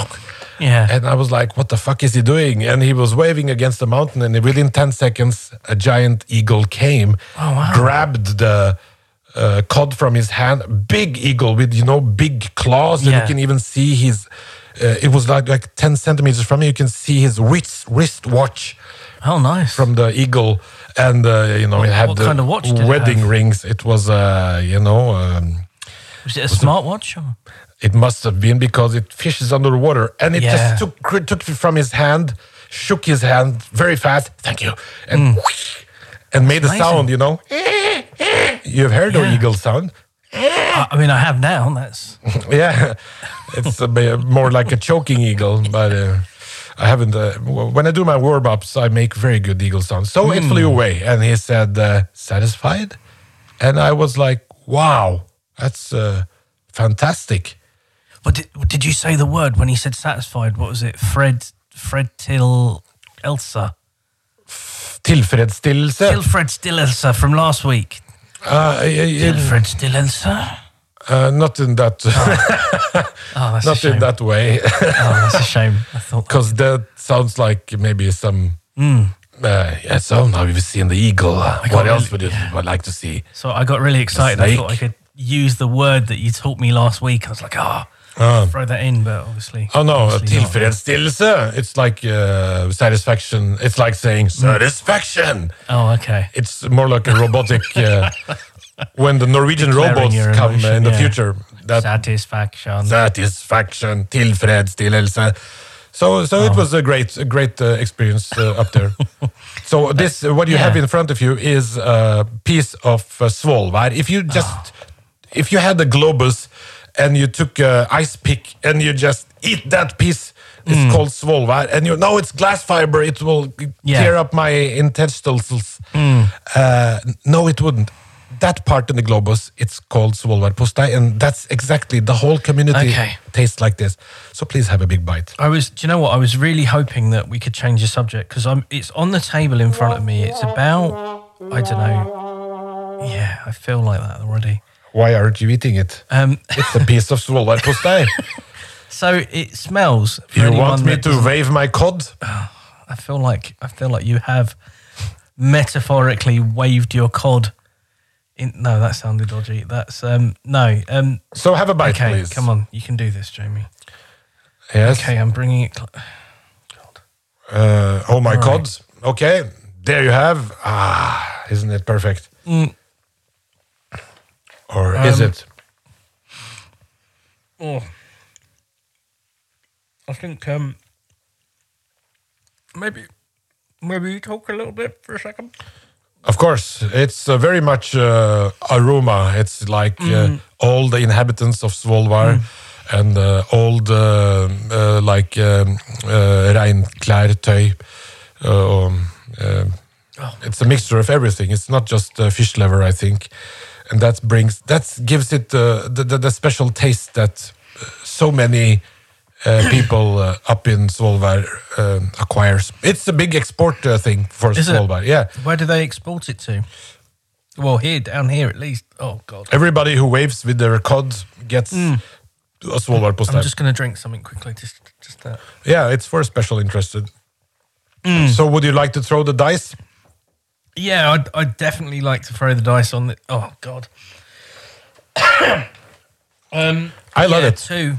[SPEAKER 2] [LAUGHS] Yeah.
[SPEAKER 1] And I was like, "What the fuck is he doing?" And he was waving against the mountain, and within ten seconds, a giant eagle came,
[SPEAKER 2] Oh,
[SPEAKER 1] grabbed the uh, cod from his hand. Big eagle with you know big claws, and
[SPEAKER 2] Yeah.
[SPEAKER 1] you can even see his. Uh, it was like like ten centimeters from him. You can see his wrist wrist watch
[SPEAKER 2] oh, nice.
[SPEAKER 1] from the eagle and uh, you know it had
[SPEAKER 2] what
[SPEAKER 1] the
[SPEAKER 2] kind of watch did it
[SPEAKER 1] wedding
[SPEAKER 2] have?
[SPEAKER 1] rings it was uh, you know um,
[SPEAKER 2] was it a smartwatch? Or?
[SPEAKER 1] it must have been because it fishes underwater and it
[SPEAKER 2] Yeah.
[SPEAKER 1] just took cr- took it from his hand shook his hand very fast thank you and whoosh, and made a
[SPEAKER 2] Mm. amazing.
[SPEAKER 1] sound you know [LAUGHS] you've heard the
[SPEAKER 2] Yeah.
[SPEAKER 1] eagle sound
[SPEAKER 2] I, I mean, I have now. That's
[SPEAKER 1] [LAUGHS] yeah it's a bit more like a choking eagle but uh, i haven't uh, w- when i do my warm ups i make very good eagle sounds so
[SPEAKER 2] Hmm.
[SPEAKER 1] it flew away and he said uh, satisfied and i was like wow that's uh, fantastic
[SPEAKER 2] But did, did you say the word when he said satisfied? What was it? Fred, Fred Till, Elsa.
[SPEAKER 1] Tilfredsstillelse.
[SPEAKER 2] Tilfred Stillelsa from last week.
[SPEAKER 1] Uh, I- I-
[SPEAKER 2] Tilfred Stillelsa?
[SPEAKER 1] uh, not in that,
[SPEAKER 2] Oh, that's Ah,
[SPEAKER 1] [LAUGHS]
[SPEAKER 2] a
[SPEAKER 1] not
[SPEAKER 2] shame.
[SPEAKER 1] in that way,
[SPEAKER 2] Oh, that's a shame. I thought that.
[SPEAKER 1] because that sounds like maybe some.
[SPEAKER 2] Hmm.
[SPEAKER 1] Uh, yeah, so now we've seen the eagle. what else would you would like to see?
[SPEAKER 2] So I got really excited. I
[SPEAKER 1] snake.
[SPEAKER 2] thought I could use the word that you taught me last week. I was like, ah, throw that in, but obviously.
[SPEAKER 1] Oh no,
[SPEAKER 2] obviously not.
[SPEAKER 1] tilfredsstillelse. It's like uh, satisfaction. It's like saying
[SPEAKER 2] Mm.
[SPEAKER 1] satisfaction.
[SPEAKER 2] Oh, okay.
[SPEAKER 1] It's more like a robotic.
[SPEAKER 2] [LAUGHS]
[SPEAKER 1] Uh, when the Norwegian
[SPEAKER 2] Declaring
[SPEAKER 1] robots
[SPEAKER 2] your
[SPEAKER 1] come uh,
[SPEAKER 2] emotion,
[SPEAKER 1] in the
[SPEAKER 2] yeah.
[SPEAKER 1] future, that
[SPEAKER 2] Satisfaction.
[SPEAKER 1] satisfaction, tilfredsstillelse. So, so it was a great, a great uh, experience uh, up
[SPEAKER 2] [LAUGHS]
[SPEAKER 1] there. so this, uh, what you have
[SPEAKER 2] yeah.
[SPEAKER 1] in front of you is a piece of uh, svolvær. If
[SPEAKER 2] Ah.
[SPEAKER 1] you just, if you had a globus and you took a ice pick and you just eat that piece, it's
[SPEAKER 2] Mm.
[SPEAKER 1] called svolvær. And you know it's glass fiber. It will
[SPEAKER 2] Yeah. Mm.
[SPEAKER 1] tear up my intestines. Uh, no, it wouldn't. That part in the globus, it's called svolværpostei, and that's exactly the whole community
[SPEAKER 2] Okay.
[SPEAKER 1] tastes like this. So please have a big bite.
[SPEAKER 2] I was, do you know what? I was really hoping that we could change the subject because I'm. It's on the table in front of me. It's about, I don't know. Yeah, I feel like that already.
[SPEAKER 1] Why aren't you eating it?
[SPEAKER 2] Um, [LAUGHS]
[SPEAKER 1] It's a piece of svolværpostei.
[SPEAKER 2] so it smells. for
[SPEAKER 1] you
[SPEAKER 2] anyone
[SPEAKER 1] want me
[SPEAKER 2] that
[SPEAKER 1] to
[SPEAKER 2] doesn't-
[SPEAKER 1] wave my cod?
[SPEAKER 2] I feel like I feel like you have metaphorically waved your cod. In, no, that sounded dodgy. That's um no um
[SPEAKER 1] So have a bite,
[SPEAKER 2] okay.
[SPEAKER 1] please.
[SPEAKER 2] Come on, you can do this, Jamie.
[SPEAKER 1] Yes.
[SPEAKER 2] Okay, I'm bringing it. Cl-
[SPEAKER 1] Uh, oh my
[SPEAKER 2] All
[SPEAKER 1] cod. Okay. There you have. Ah, isn't it perfect? Or is
[SPEAKER 2] Mm. Um,
[SPEAKER 1] it?
[SPEAKER 2] oh, I think um maybe maybe you talk a little bit for a second.
[SPEAKER 1] Of course, it's uh, very much uh, aroma. It's like
[SPEAKER 2] Mm.
[SPEAKER 1] uh, all the inhabitants of Svolvær and uh, all the uh, like um, uh, reinklærtøy. Uh, um, uh,
[SPEAKER 2] Oh.
[SPEAKER 1] It's a mixture of everything. It's not just uh, fish liver, I think, and that brings that gives it uh, the, the the special taste that uh, so many.
[SPEAKER 2] [CLEARS THROAT]
[SPEAKER 1] Uh, people uh, up in Svolvær uh, acquires. It's a big export uh, thing for
[SPEAKER 2] Is it?
[SPEAKER 1] Svolvær. Yeah,
[SPEAKER 2] Where do they export it to? Well, here down here at least. Oh God,
[SPEAKER 1] Everybody who waves with their cod gets a svolvær på
[SPEAKER 2] Mm. I'm just gonna drink something quickly. Just just that.
[SPEAKER 1] Yeah, it's for special interested.
[SPEAKER 2] Mm.
[SPEAKER 1] So would you like to throw the dice?
[SPEAKER 2] Yeah, I'd, I'd definitely like to throw the dice on the. Oh God. [COUGHS] um,
[SPEAKER 1] I love
[SPEAKER 2] yeah,
[SPEAKER 1] it.
[SPEAKER 2] Two,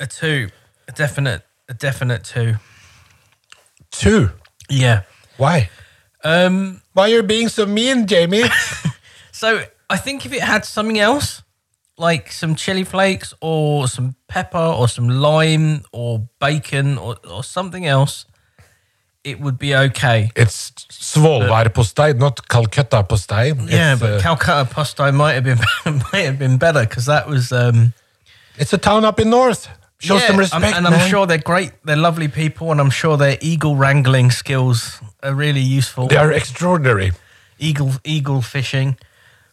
[SPEAKER 2] a two, a definite, a definite two.
[SPEAKER 1] Two.
[SPEAKER 2] Yeah.
[SPEAKER 1] Why?
[SPEAKER 2] Um.
[SPEAKER 1] Why you're being so mean, Jamie?
[SPEAKER 2] So I think if it had something else, like some chili flakes or some pepper or some lime or bacon or, or something else, it would be okay.
[SPEAKER 1] [LAUGHS] it's svolvær postei, not Calcutta postei.
[SPEAKER 2] yeah,
[SPEAKER 1] it's,
[SPEAKER 2] but
[SPEAKER 1] uh,
[SPEAKER 2] Calcutta pasta might have been [LAUGHS] might have been better because that was. um
[SPEAKER 1] it's a town up in north. Show
[SPEAKER 2] Yeah,
[SPEAKER 1] some
[SPEAKER 2] I'm-
[SPEAKER 1] respect,
[SPEAKER 2] and I'm
[SPEAKER 1] man.
[SPEAKER 2] sure they're great. They're lovely people, and I'm sure their eagle wrangling skills are really useful.
[SPEAKER 1] they are extraordinary.
[SPEAKER 2] Eagle eagle fishing,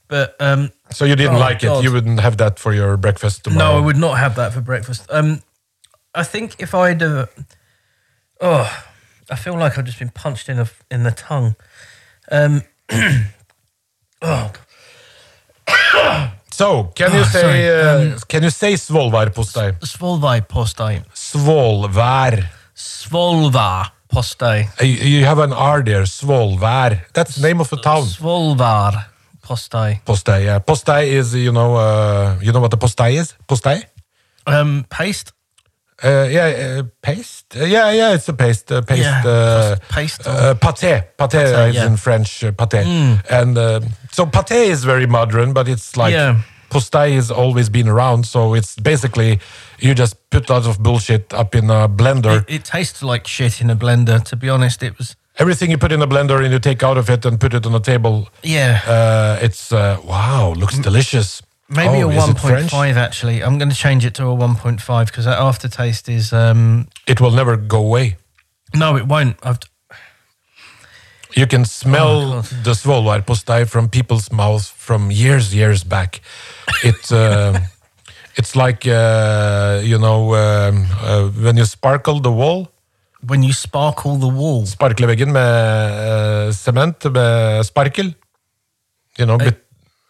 [SPEAKER 2] but um,
[SPEAKER 1] So you didn't
[SPEAKER 2] Oh,
[SPEAKER 1] like
[SPEAKER 2] God.
[SPEAKER 1] it. You wouldn't have that for your breakfast tomorrow.
[SPEAKER 2] no, I would not have that for breakfast. Um, I think if I'd, uh, oh, I feel like I've just been punched in the in the tongue. Um, oh,
[SPEAKER 1] So can you
[SPEAKER 2] Oh,
[SPEAKER 1] say
[SPEAKER 2] sorry,
[SPEAKER 1] uh, can you say svolvær postei?
[SPEAKER 2] Svolvai postai,
[SPEAKER 1] Svolvær.
[SPEAKER 2] Svolva postai,
[SPEAKER 1] Uh, You you have an R there, Svolvær. That's the name of a
[SPEAKER 2] Oh.
[SPEAKER 1] town.
[SPEAKER 2] Svolvar postai.
[SPEAKER 1] Postei. Yeah. Postei is, you know, uh, you know what the postei is? Postei?
[SPEAKER 2] Um, paste.
[SPEAKER 1] Uh, yeah, uh, paste. Uh, yeah, yeah, it's a paste. Uh, paste.
[SPEAKER 2] Yeah,
[SPEAKER 1] uh,
[SPEAKER 2] paste or-
[SPEAKER 1] Uh, pate. Pate is
[SPEAKER 2] yeah. Mm.
[SPEAKER 1] in French. Uh, pate. And uh, so pate is very modern, but it's like
[SPEAKER 2] Yeah.
[SPEAKER 1] postei has always been around. So it's basically you just put lots of bullshit up in a blender.
[SPEAKER 2] It tastes like shit in a blender. To be honest, it was.
[SPEAKER 1] Everything you put in a blender and you take out of it and put it on a table.
[SPEAKER 2] Yeah,
[SPEAKER 1] Uh, it's uh, wow, looks delicious.
[SPEAKER 2] maybe
[SPEAKER 1] Oh,
[SPEAKER 2] a
[SPEAKER 1] is
[SPEAKER 2] one
[SPEAKER 1] it
[SPEAKER 2] point
[SPEAKER 1] French?
[SPEAKER 2] five. Actually, I'm going to change it to a one point five because that aftertaste is. Um,
[SPEAKER 1] It will never go away.
[SPEAKER 2] no, it won't. I've,
[SPEAKER 1] You can smell
[SPEAKER 2] Oh God.
[SPEAKER 1] the svolvær postei from people's mouths from years, years back. It, [LAUGHS] uh, um, it's like uh, you know um, uh, when you sparkle the wall.
[SPEAKER 2] when you sparkle the wall.
[SPEAKER 1] Sparkle veggen med eh, sement, med sparkel. You know, bit-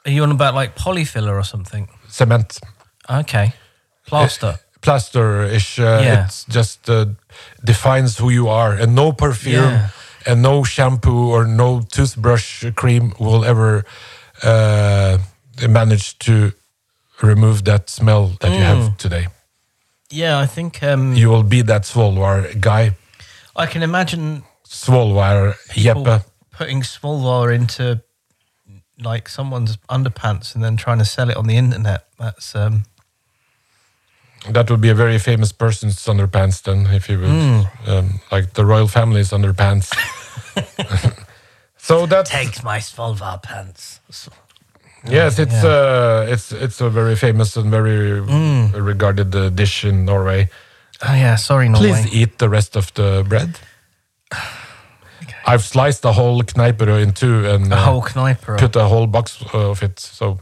[SPEAKER 2] Are you on about like polyfiller or something?
[SPEAKER 1] cement.
[SPEAKER 2] Okay. Plaster.
[SPEAKER 1] Plaster-ish. Uh,
[SPEAKER 2] Yeah.
[SPEAKER 1] It just uh, defines who you are. And no perfume
[SPEAKER 2] Yeah.
[SPEAKER 1] and no shampoo or no toothbrush cream will ever uh, manage to remove that smell that you
[SPEAKER 2] Mm.
[SPEAKER 1] have today.
[SPEAKER 2] Yeah, I think um,
[SPEAKER 1] You will be that Svolvar guy.
[SPEAKER 2] I can imagine
[SPEAKER 1] Svolvar
[SPEAKER 2] people
[SPEAKER 1] Jeppe.
[SPEAKER 2] putting Svolvar into like someone's underpants and then trying to sell it on the internet. That's um,
[SPEAKER 1] That would be a very famous person's underpants, then, if you would.
[SPEAKER 2] Mm.
[SPEAKER 1] Um, like the royal family's
[SPEAKER 2] [LAUGHS]
[SPEAKER 1] underpants. [LAUGHS] so that's.
[SPEAKER 2] take my Svolvar pants. S-
[SPEAKER 1] Yes, it's uh, it's it's a very famous and very
[SPEAKER 2] Mm.
[SPEAKER 1] regarded uh, dish in Norway.
[SPEAKER 2] Oh yeah, sorry, Norway.
[SPEAKER 1] Please eat the rest of the
[SPEAKER 2] [SIGHS]
[SPEAKER 1] bread. I've sliced the whole kneiperø in two and
[SPEAKER 2] A
[SPEAKER 1] uh,
[SPEAKER 2] whole kniper.
[SPEAKER 1] put a whole box uh, of it.
[SPEAKER 2] [SIGHS]
[SPEAKER 1] So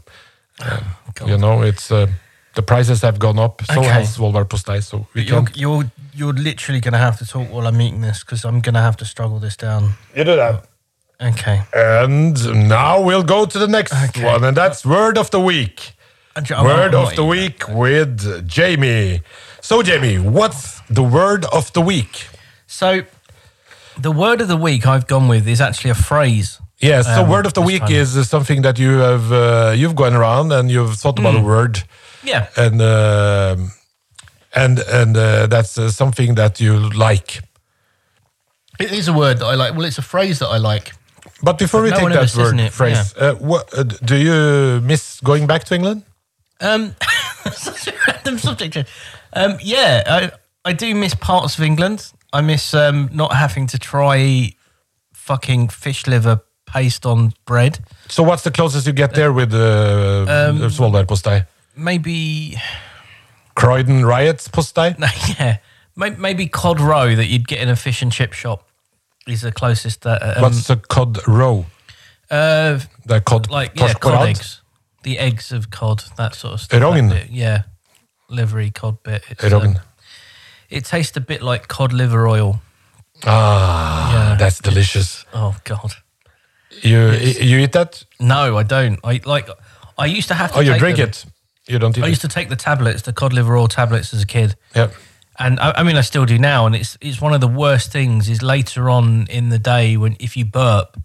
[SPEAKER 1] uh,
[SPEAKER 2] God.
[SPEAKER 1] you know, it's uh, the prices have gone up. So
[SPEAKER 2] Okay.
[SPEAKER 1] has Volvar Postei. So we
[SPEAKER 2] You're,
[SPEAKER 1] can
[SPEAKER 2] you're you're literally going to have to talk while I'm eating this because I'm going to have to struggle this down.
[SPEAKER 1] you do that.
[SPEAKER 2] Okay.
[SPEAKER 1] And now we'll go to the next
[SPEAKER 2] Okay.
[SPEAKER 1] one, and that's word of the week.
[SPEAKER 2] Actually, I'm
[SPEAKER 1] word
[SPEAKER 2] not- oh,
[SPEAKER 1] of
[SPEAKER 2] I'm not
[SPEAKER 1] the
[SPEAKER 2] eating.
[SPEAKER 1] week with Jamie. So, Jamie, what's the word of the week?
[SPEAKER 2] So, the word of the week I've gone with is actually a phrase.
[SPEAKER 1] Yes, so
[SPEAKER 2] Um,
[SPEAKER 1] word of the
[SPEAKER 2] this
[SPEAKER 1] week
[SPEAKER 2] time.
[SPEAKER 1] is uh, something that you have uh, you've gone around and you've thought about
[SPEAKER 2] Mm.
[SPEAKER 1] a word,
[SPEAKER 2] Yeah.
[SPEAKER 1] and um and and uh, that's uh, something that you like.
[SPEAKER 2] It is a word that I like. Well, it's a phrase that I like.
[SPEAKER 1] But before we
[SPEAKER 2] no
[SPEAKER 1] take
[SPEAKER 2] one ever
[SPEAKER 1] that
[SPEAKER 2] says
[SPEAKER 1] word
[SPEAKER 2] it,
[SPEAKER 1] phrase, uh, what, uh, d- do you miss going back to England?
[SPEAKER 2] Um, [LAUGHS] such a random subject. here. Um, yeah, I, I do miss parts of England. I miss um, not having to try fucking fish liver paste on bread.
[SPEAKER 1] So, what's the closest you get there with uh, um, Svolværpostei?
[SPEAKER 2] Maybe, [LAUGHS]
[SPEAKER 1] Croydon riots postei?
[SPEAKER 2] no, yeah, may, maybe cod roe that you'd get in a fish and chip shop is the closest that. uh, Um,
[SPEAKER 1] What's a cod roe?
[SPEAKER 2] uh,
[SPEAKER 1] Det er cod,
[SPEAKER 2] like yeah,
[SPEAKER 1] torsk på
[SPEAKER 2] cod
[SPEAKER 1] rad.
[SPEAKER 2] eggs, the eggs of cod, that sort of stuff.
[SPEAKER 1] Rogn.
[SPEAKER 2] That bit, yeah, livery cod bit. It's, um,
[SPEAKER 1] Rogn.
[SPEAKER 2] it tastes a bit like cod liver oil.
[SPEAKER 1] Ah,
[SPEAKER 2] Yeah.
[SPEAKER 1] that's delicious.
[SPEAKER 2] Oh god.
[SPEAKER 1] You you eat that?
[SPEAKER 2] No, I don't. I like. I used to have to.
[SPEAKER 1] Oh, you
[SPEAKER 2] take
[SPEAKER 1] drink
[SPEAKER 2] them.
[SPEAKER 1] it. You don't eat
[SPEAKER 2] I used
[SPEAKER 1] it.
[SPEAKER 2] to take the tablets, the cod liver oil tablets, as a kid,
[SPEAKER 1] Yeah.
[SPEAKER 2] and I, I mean I still do now. And it's it's one of the worst things. Is later on in the day when if you burp,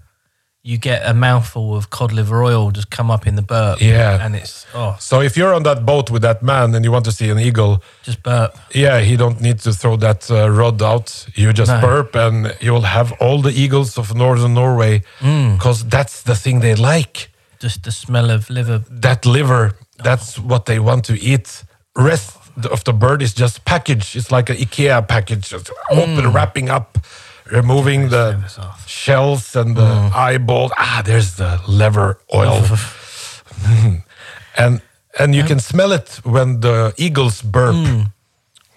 [SPEAKER 2] you get a mouthful of cod liver oil just come up in the burp.
[SPEAKER 1] Yeah.
[SPEAKER 2] and it's oh,
[SPEAKER 1] So if you're on that boat with that man and you want to see an eagle,
[SPEAKER 2] just burp.
[SPEAKER 1] yeah, he don't need to throw that uh, rod out. You just
[SPEAKER 2] No.
[SPEAKER 1] burp and you'll have all the eagles of northern Norway
[SPEAKER 2] Mm.
[SPEAKER 1] because that's the thing they like.
[SPEAKER 2] Just the smell of liver.
[SPEAKER 1] That liver, that's what they want to eat. Rest of the bird is just package. It's like an IKEA package, just open, wrapping up, removing the
[SPEAKER 2] nervous off.
[SPEAKER 1] shells and the eyeball. Ah, there's the liver oil. [LAUGHS] and and you can smell it when the eagles burp.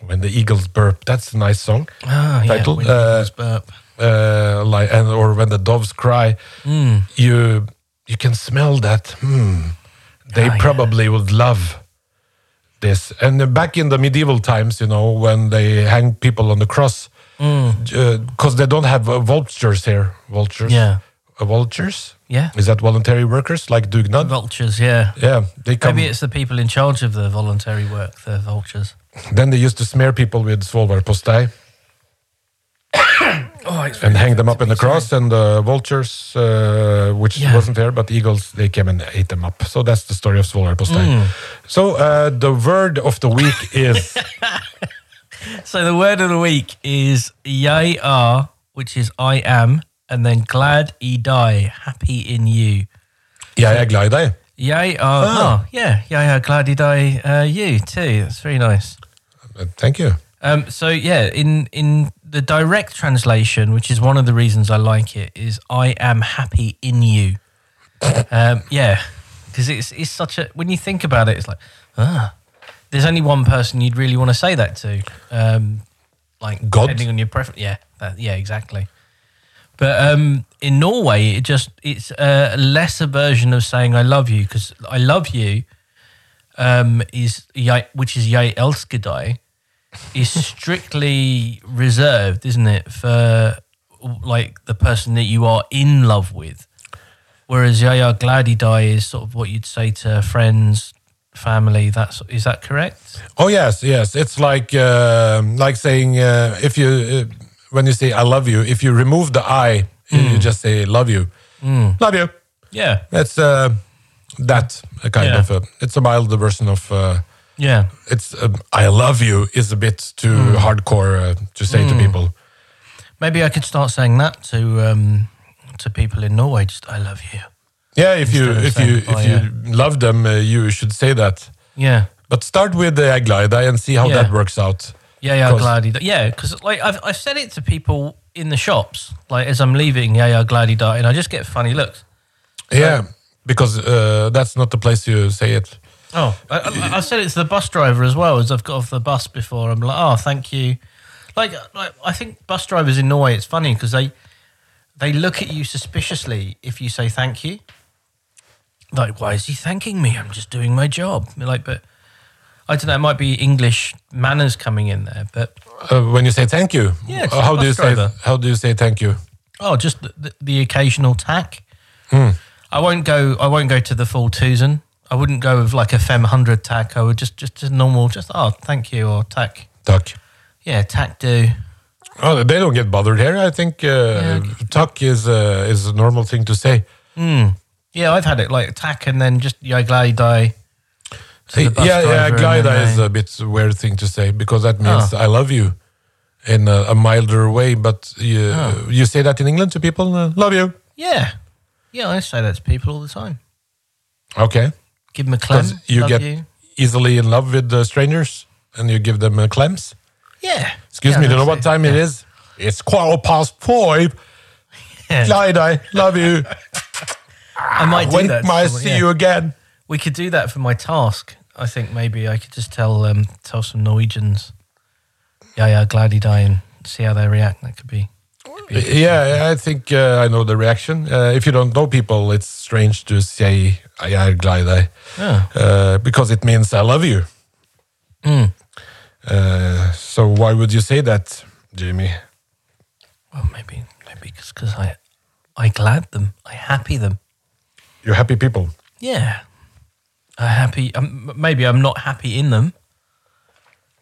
[SPEAKER 1] When the eagles burp, that's a nice song
[SPEAKER 2] Ah,
[SPEAKER 1] Title,
[SPEAKER 2] Yeah, when you
[SPEAKER 1] uh,
[SPEAKER 2] just burp.
[SPEAKER 1] uh, like and or when the doves cry,
[SPEAKER 2] Hmm.
[SPEAKER 1] you you can smell that. Hmm. They
[SPEAKER 2] Ah, yeah.
[SPEAKER 1] probably would love this. And uh, back in the medieval times, you know, when they hang people on the cross,
[SPEAKER 2] Hmm.
[SPEAKER 1] because they don't have uh, vultures here. Vultures,
[SPEAKER 2] Yeah.
[SPEAKER 1] Uh, vultures.
[SPEAKER 2] Yeah.
[SPEAKER 1] is that voluntary workers like Dugnad?
[SPEAKER 2] Vultures. Yeah.
[SPEAKER 1] yeah, they come.
[SPEAKER 2] Maybe it's the people in charge of the voluntary work, the vultures.
[SPEAKER 1] Then they used to smear people with svolvarpostei
[SPEAKER 2] [COUGHS] Oh, it's
[SPEAKER 1] and hang them up in the cross. And the vultures, uh, which
[SPEAKER 2] Yeah.
[SPEAKER 1] wasn't there, but eagles, they came and ate them up. So that's the story of svolvarpostei.
[SPEAKER 2] Mm.
[SPEAKER 1] So uh, the word of the week
[SPEAKER 2] [LAUGHS]
[SPEAKER 1] is
[SPEAKER 2] So the word of the week is yay are, which is I am, and then glad ye die, happy in you.
[SPEAKER 1] yeah, jeg er glad i deg.
[SPEAKER 2] Yay are,
[SPEAKER 1] Ah.
[SPEAKER 2] oh. yeah, yay are, glad ye die, uh, you too. That's very nice.
[SPEAKER 1] Uh, Thank you.
[SPEAKER 2] Um, so yeah, in in the direct translation, which is one of the reasons I like it, is I am happy in you. um, yeah, because it's it's such a when you think about it, it's like ah, there's only one person you'd really want to say that to, um, like
[SPEAKER 1] God?
[SPEAKER 2] depending on your preference. Yeah, that, yeah, exactly. But um, in Norway, it just it's a lesser version of saying I love you because I love you um, is jeg, which is jeg elsker deg, is strictly reserved, isn't it, for like the person that you are in love with? Whereas Yaya Gladi Die is sort of what you'd say to friends, family. That's is that correct?
[SPEAKER 1] Oh yes, yes. It's like um like saying uh, if you uh, when you say I love you, if you remove the I,
[SPEAKER 2] Mm.
[SPEAKER 1] you just say love you, love you.
[SPEAKER 2] Yeah,
[SPEAKER 1] It's uh, that a kind
[SPEAKER 2] Yeah.
[SPEAKER 1] of a, it's a milder version of uh,
[SPEAKER 2] yeah.
[SPEAKER 1] it's um, I love you is a bit too
[SPEAKER 2] Hmm.
[SPEAKER 1] hardcore uh, to say to people.
[SPEAKER 2] Maybe I could start saying that to um, to people in Norway. Just I love you.
[SPEAKER 1] Yeah, if you
[SPEAKER 2] Instead of
[SPEAKER 1] if
[SPEAKER 2] saying,
[SPEAKER 1] you
[SPEAKER 2] "Oh,
[SPEAKER 1] if you love them, uh, you should say that.
[SPEAKER 2] Yeah.
[SPEAKER 1] But start with the Aglaida and see how
[SPEAKER 2] Yeah.
[SPEAKER 1] that works out.
[SPEAKER 2] Yeah, yeah,
[SPEAKER 1] Course.
[SPEAKER 2] glad he died. Yeah, because like I've, I've said it to people in the shops, like as I'm leaving, yeah, yeah, glad he died, and I just get funny looks.
[SPEAKER 1] Yeah, because uh, that's not the place you say it.
[SPEAKER 2] Oh, I, I, I've said it to the bus driver as well as I've got off the bus before. I'm like, oh, thank you. Like, like I think bus drivers in Norway, it's funny because they they look at you suspiciously if you say thank you. Like, why is he thanking me? I'm just doing my job. Like, but I don't know. It might be English manners coming in there, but
[SPEAKER 1] Uh, when you say thank you,
[SPEAKER 2] Yeah, it's
[SPEAKER 1] uh, how do you
[SPEAKER 2] bus
[SPEAKER 1] say
[SPEAKER 2] driver.
[SPEAKER 1] how do you say thank you?
[SPEAKER 2] Oh, just the, the, the occasional tack. I won't go. I won't go to the full Tucson. I wouldn't go with like a fem hundred tack. I would just just a normal. Just oh, thank you or tack.
[SPEAKER 1] Tuck.
[SPEAKER 2] Yeah, tack do.
[SPEAKER 1] Oh, they don't get bothered here. I think uh, tuck is uh, is a normal thing to say.
[SPEAKER 2] Yeah, I've had it like tack and then just yeah, glad you die. to the bus
[SPEAKER 1] yeah, yeah,
[SPEAKER 2] driver and Ah. then
[SPEAKER 1] Glida is
[SPEAKER 2] they-
[SPEAKER 1] a bit weird thing to say because that means I love you in a, a milder way. But you
[SPEAKER 2] Ah.
[SPEAKER 1] you say that in England to people, uh, love you.
[SPEAKER 2] yeah, yeah. I say that to people all the time.
[SPEAKER 1] Okay,
[SPEAKER 2] Give them a clem.
[SPEAKER 1] because you
[SPEAKER 2] love
[SPEAKER 1] get
[SPEAKER 2] you.
[SPEAKER 1] easily in love with uh, strangers and you give them uh, clams.
[SPEAKER 2] Yeah.
[SPEAKER 1] Excuse
[SPEAKER 2] Yeah,
[SPEAKER 1] me, do you know what
[SPEAKER 2] that's
[SPEAKER 1] time it is? It's quarter past five.
[SPEAKER 2] Yeah.
[SPEAKER 1] Glida, love
[SPEAKER 2] [LAUGHS]
[SPEAKER 1] you.
[SPEAKER 2] I might do
[SPEAKER 1] when
[SPEAKER 2] that. to
[SPEAKER 1] may I
[SPEAKER 2] someone,
[SPEAKER 1] see
[SPEAKER 2] yeah.
[SPEAKER 1] you again?
[SPEAKER 2] We could do that for my task. I think maybe I could just tell um, tell some Norwegians. Yeah, yeah, glad he died and see how they react. That could be.
[SPEAKER 1] Yeah, I think uh, I know the reaction. Uh, if you don't know people, it's strange to say "I am glad I,"
[SPEAKER 2] Yeah.
[SPEAKER 1] uh, because it means I love you.
[SPEAKER 2] Hmm.
[SPEAKER 1] Uh, so why would you say that, Jamie?
[SPEAKER 2] Well, maybe maybe because I I glad them. I happy them.
[SPEAKER 1] You're happy people.
[SPEAKER 2] Yeah. I happy. Um, m- maybe I'm not happy in them.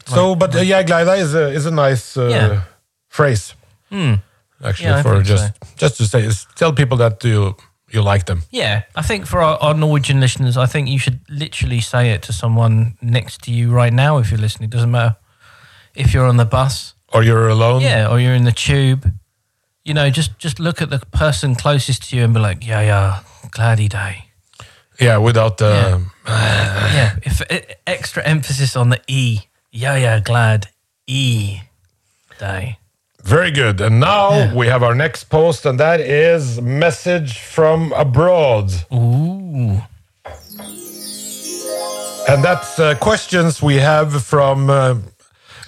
[SPEAKER 1] So, but uh, yeah, glad I is a is a nice uh,
[SPEAKER 2] Yeah. Hmm.
[SPEAKER 1] phrase. Actually,
[SPEAKER 2] Yeah, I
[SPEAKER 1] for
[SPEAKER 2] think
[SPEAKER 1] just just to say, is tell people that you you like them.
[SPEAKER 2] Yeah, I think for our, our Norwegian listeners, I think you should literally say it to someone next to you right now if you're listening. It doesn't matter if you're on the bus.
[SPEAKER 1] Or you're alone.
[SPEAKER 2] Yeah, or you're in the tube. You know, just just look at the person closest to you and be like, yeah, yeah, glad he day.
[SPEAKER 1] Yeah, without uh,
[SPEAKER 2] Yeah. yeah, if e- extra emphasis on the e, yeah, yeah, glad e day.
[SPEAKER 1] Very good. And now we have our next post, and that is message from abroad.
[SPEAKER 2] Ooh,
[SPEAKER 1] And that's uh, questions we have from uh,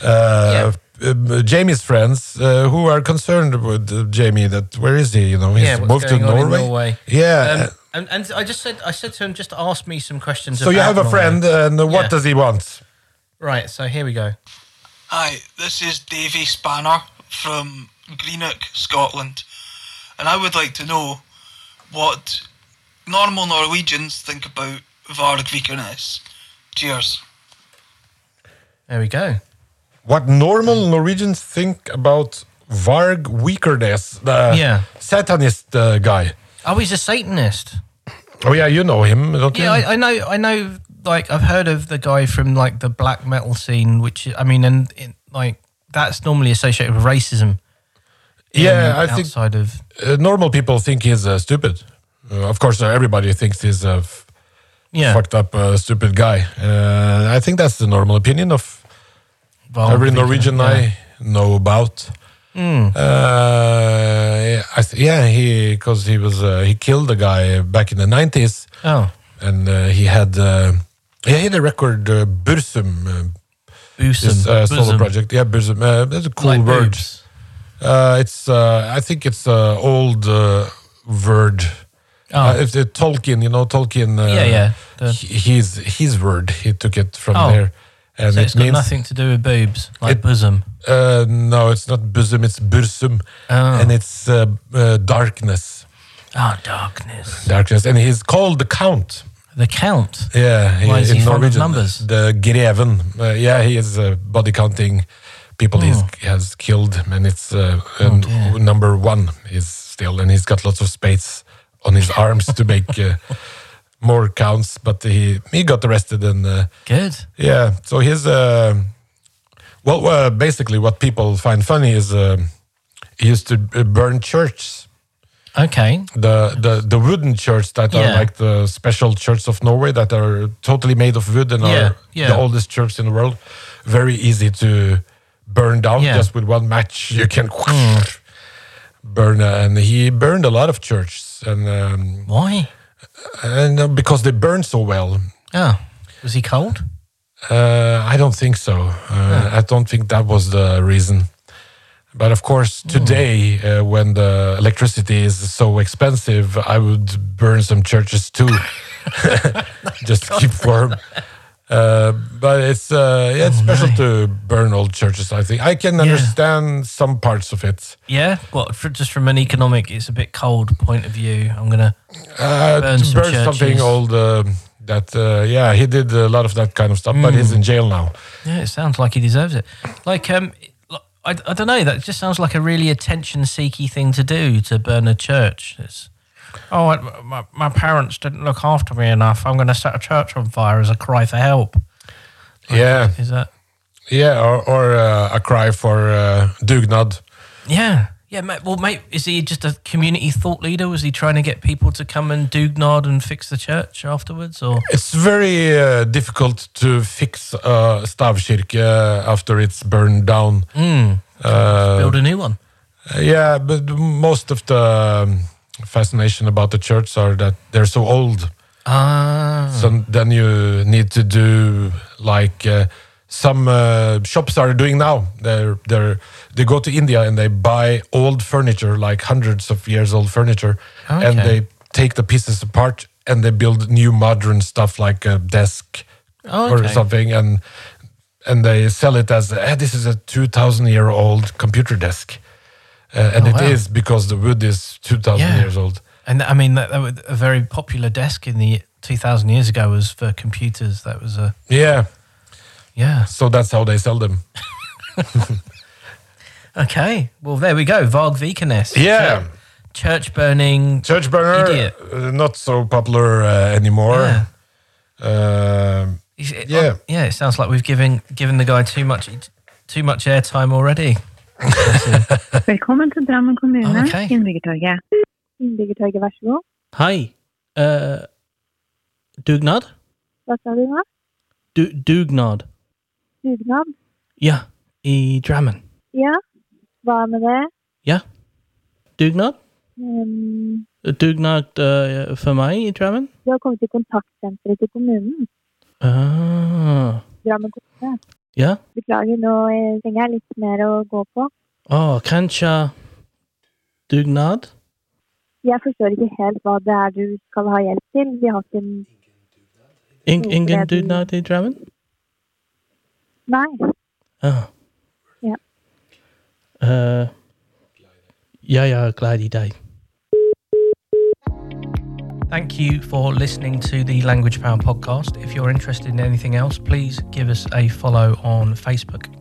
[SPEAKER 1] uh, um, Jamie's friends uh, who are concerned with uh, Jamie that where is he? You know, he's
[SPEAKER 2] yeah, what's
[SPEAKER 1] moved
[SPEAKER 2] going
[SPEAKER 1] to
[SPEAKER 2] on in
[SPEAKER 1] Norway.
[SPEAKER 2] Norway?
[SPEAKER 1] Yeah.
[SPEAKER 2] Um, and, and I just said, I said to him, just ask me some questions.
[SPEAKER 1] Uh, so you
[SPEAKER 2] about
[SPEAKER 1] have a
[SPEAKER 2] Norway.
[SPEAKER 1] friend, and what
[SPEAKER 2] Yeah.
[SPEAKER 1] does he want?
[SPEAKER 2] right? So here we go.
[SPEAKER 3] Hi, this is Davy Spanner from Greenock, Scotland, and I would like to know what normal Norwegians think about Vargvikernes. Cheers.
[SPEAKER 2] There we go.
[SPEAKER 1] What normal Norwegians think about Varg Wikerness, the
[SPEAKER 2] Yeah.
[SPEAKER 1] satanist uh, guy?
[SPEAKER 2] Oh, he's a Satanist.
[SPEAKER 1] Oh yeah, you know him, don't
[SPEAKER 2] Yeah,
[SPEAKER 1] you?
[SPEAKER 2] I, I know. I know. Like I've heard of the guy from like the black metal scene, which I mean, and it, like that's normally associated with racism. in-
[SPEAKER 1] Yeah, I think-
[SPEAKER 2] outside of
[SPEAKER 1] uh, normal people think he's uh, stupid. Uh, of course, uh, everybody thinks he's a f-
[SPEAKER 2] yeah,
[SPEAKER 1] fucked up, uh, stupid guy. Uh, I think that's the normal opinion of
[SPEAKER 2] well,
[SPEAKER 1] every
[SPEAKER 2] we can-
[SPEAKER 1] Norwegian
[SPEAKER 2] yeah. Hmm.
[SPEAKER 1] I know about. Uh, I th- yeah, he because he was uh, he killed a guy back in the nineties,
[SPEAKER 2] Oh,
[SPEAKER 1] and uh, he had uh, yeah, he had a record uh, Bursum, uh,
[SPEAKER 2] bosom,
[SPEAKER 1] his uh, solo
[SPEAKER 2] bosom,
[SPEAKER 1] project. Yeah, Bursum. Uh, that's a cool
[SPEAKER 2] like
[SPEAKER 1] word.
[SPEAKER 2] boobs.
[SPEAKER 1] Uh, it's uh, I think it's uh, old uh, word.
[SPEAKER 2] Oh.
[SPEAKER 1] Uh, if the Tolkien, you know Tolkien. Uh,
[SPEAKER 2] Yeah, yeah. The-
[SPEAKER 1] he- His his word. He took it from
[SPEAKER 2] Oh.
[SPEAKER 1] there, And
[SPEAKER 2] So
[SPEAKER 1] it
[SPEAKER 2] it's got
[SPEAKER 1] means,
[SPEAKER 2] nothing to do with boobs, like
[SPEAKER 1] It-
[SPEAKER 2] bosom.
[SPEAKER 1] Uh, no, it's not bosom, it's bursum.
[SPEAKER 2] Oh.
[SPEAKER 1] And it's uh, uh, darkness.
[SPEAKER 2] Ah, darkness.
[SPEAKER 1] Darkness. And he's called the Count.
[SPEAKER 2] The count.
[SPEAKER 1] Yeah,
[SPEAKER 2] Why is
[SPEAKER 1] in
[SPEAKER 2] he fond of
[SPEAKER 1] Norwegian,
[SPEAKER 2] numbers?
[SPEAKER 1] The Greven. Uh, yeah, he is uh, body counting people he's, he has killed, and it's uh, and
[SPEAKER 2] dear.
[SPEAKER 1] number one is still, and he's got lots of space on his arms to make uh, more counts. But he he got arrested, and uh,
[SPEAKER 2] Good.
[SPEAKER 1] yeah, so he's uh, well, uh, basically what people find funny is uh, he used to uh, burn churches
[SPEAKER 2] Okay.
[SPEAKER 1] the the the wooden church that are
[SPEAKER 2] Yeah.
[SPEAKER 1] like the special church of Norway that are totally made of wood and
[SPEAKER 2] Yeah,
[SPEAKER 1] are
[SPEAKER 2] yeah.
[SPEAKER 1] the oldest church in the world. Very easy to burn down
[SPEAKER 2] Yeah. Mm.
[SPEAKER 1] just with one match. You can burn, uh, and he burned a lot of churches, and um,
[SPEAKER 2] Why?
[SPEAKER 1] and uh, because they burn so well.
[SPEAKER 2] Oh, was he cold?
[SPEAKER 1] Uh, I don't think so. Uh, I don't think that was the reason. But of course,
[SPEAKER 2] Hmm.
[SPEAKER 1] today, uh, when the electricity is so expensive, I would burn some churches too, [LAUGHS] just to keep warm. Uh, but it's uh, yeah,
[SPEAKER 2] Oh,
[SPEAKER 1] it's special to burn old churches. I think I can understand some parts of it.
[SPEAKER 2] Yeah. What? For, just from an economic, it's a bit cold point of view. I'm gonna.
[SPEAKER 1] Uh,
[SPEAKER 2] Burn
[SPEAKER 1] to
[SPEAKER 2] some
[SPEAKER 1] burn something
[SPEAKER 2] churches.
[SPEAKER 1] old. Uh, that uh, yeah, he did a lot of that kind of stuff, but
[SPEAKER 2] Hmm.
[SPEAKER 1] he's in jail now.
[SPEAKER 2] Yeah, it sounds like he deserves it. Like, um, I, I don't know. That just sounds like a really attention-seeky thing to do to burn a church. It's, oh, I, my, my parents didn't look after me enough. I'm going to set a church on fire as a cry for help.
[SPEAKER 1] Yeah,
[SPEAKER 2] Is that?
[SPEAKER 1] Yeah, or, or uh, a cry for uh, dugnad.
[SPEAKER 2] Yeah. Yeah, mate, well, mate, is he just a community thought leader? Was he trying to get people to come and dugnard and fix the church afterwards? Or
[SPEAKER 1] It's very uh, difficult to fix uh, stavkirke after it's burned down. Uh,
[SPEAKER 2] build a new one?
[SPEAKER 1] yeah, but most of the um, fascination about the church are that they're so old.
[SPEAKER 2] Ah,
[SPEAKER 1] So then you need to do like uh, some uh, shops are doing now. They're they're they go to India and they buy old furniture, like hundreds of years old furniture, and
[SPEAKER 2] Okay.
[SPEAKER 1] they take the pieces apart and they build new modern stuff like a desk
[SPEAKER 2] Oh,
[SPEAKER 1] or
[SPEAKER 2] okay.
[SPEAKER 1] something, and and they sell it as eh, this is a two thousand year old computer desk, uh, and
[SPEAKER 2] Oh,
[SPEAKER 1] it is
[SPEAKER 2] wow.
[SPEAKER 1] because the wood is two thousand
[SPEAKER 2] Yeah.
[SPEAKER 1] years old.
[SPEAKER 2] and I mean that, that was a very popular desk in the two thousand years ago was for computers. That was a
[SPEAKER 1] Yeah,
[SPEAKER 2] yeah.
[SPEAKER 1] so that's how they sell them.
[SPEAKER 2] Okay, well there we go. Varg Vikernes.
[SPEAKER 1] Yeah.
[SPEAKER 2] Church- church burning.
[SPEAKER 1] Church burner,
[SPEAKER 2] Idiot.
[SPEAKER 1] uh, not so popular uh, anymore.
[SPEAKER 2] Yeah.
[SPEAKER 1] Um,
[SPEAKER 2] Is it- oh,
[SPEAKER 1] Yeah.
[SPEAKER 2] yeah. It sounds like we've given given the guy too much too much airtime already.
[SPEAKER 4] Velkommen til Drammen kommune,
[SPEAKER 2] Ok.
[SPEAKER 4] Innbyggertorget. Innbyggertorget, vær så god.
[SPEAKER 5] Hei. eh, dugnad?
[SPEAKER 4] Hva sa du nå?
[SPEAKER 5] Du, dugnad.
[SPEAKER 4] Dugnad?
[SPEAKER 5] Ja, i Drammen.
[SPEAKER 4] Ja. Hva med det?
[SPEAKER 5] Ja. Dugnad?
[SPEAKER 4] Ehm,
[SPEAKER 5] Dugnad eh, for meg i Drammen?
[SPEAKER 4] du har kommet til kontaktsenteret til kommunen.
[SPEAKER 5] Ah,
[SPEAKER 4] Drammen kommune.
[SPEAKER 5] ja.
[SPEAKER 4] Beklager, nå eh, trenger jeg litt mer å gå på.
[SPEAKER 5] Å, kanskje Oh, dugnad?
[SPEAKER 4] Jeg forstår ikke helt hva det er du skal ha hjelp til. Vi har ikke en
[SPEAKER 5] In, ingen dugnad i Drammen?
[SPEAKER 4] Nei.
[SPEAKER 5] Ah.
[SPEAKER 4] Ja.
[SPEAKER 2] Uh,
[SPEAKER 5] Eh, jeg er glad i deg.
[SPEAKER 2] Thank you for listening to the Language Power podcast. If you're interested in anything else, please give us a follow on Facebook.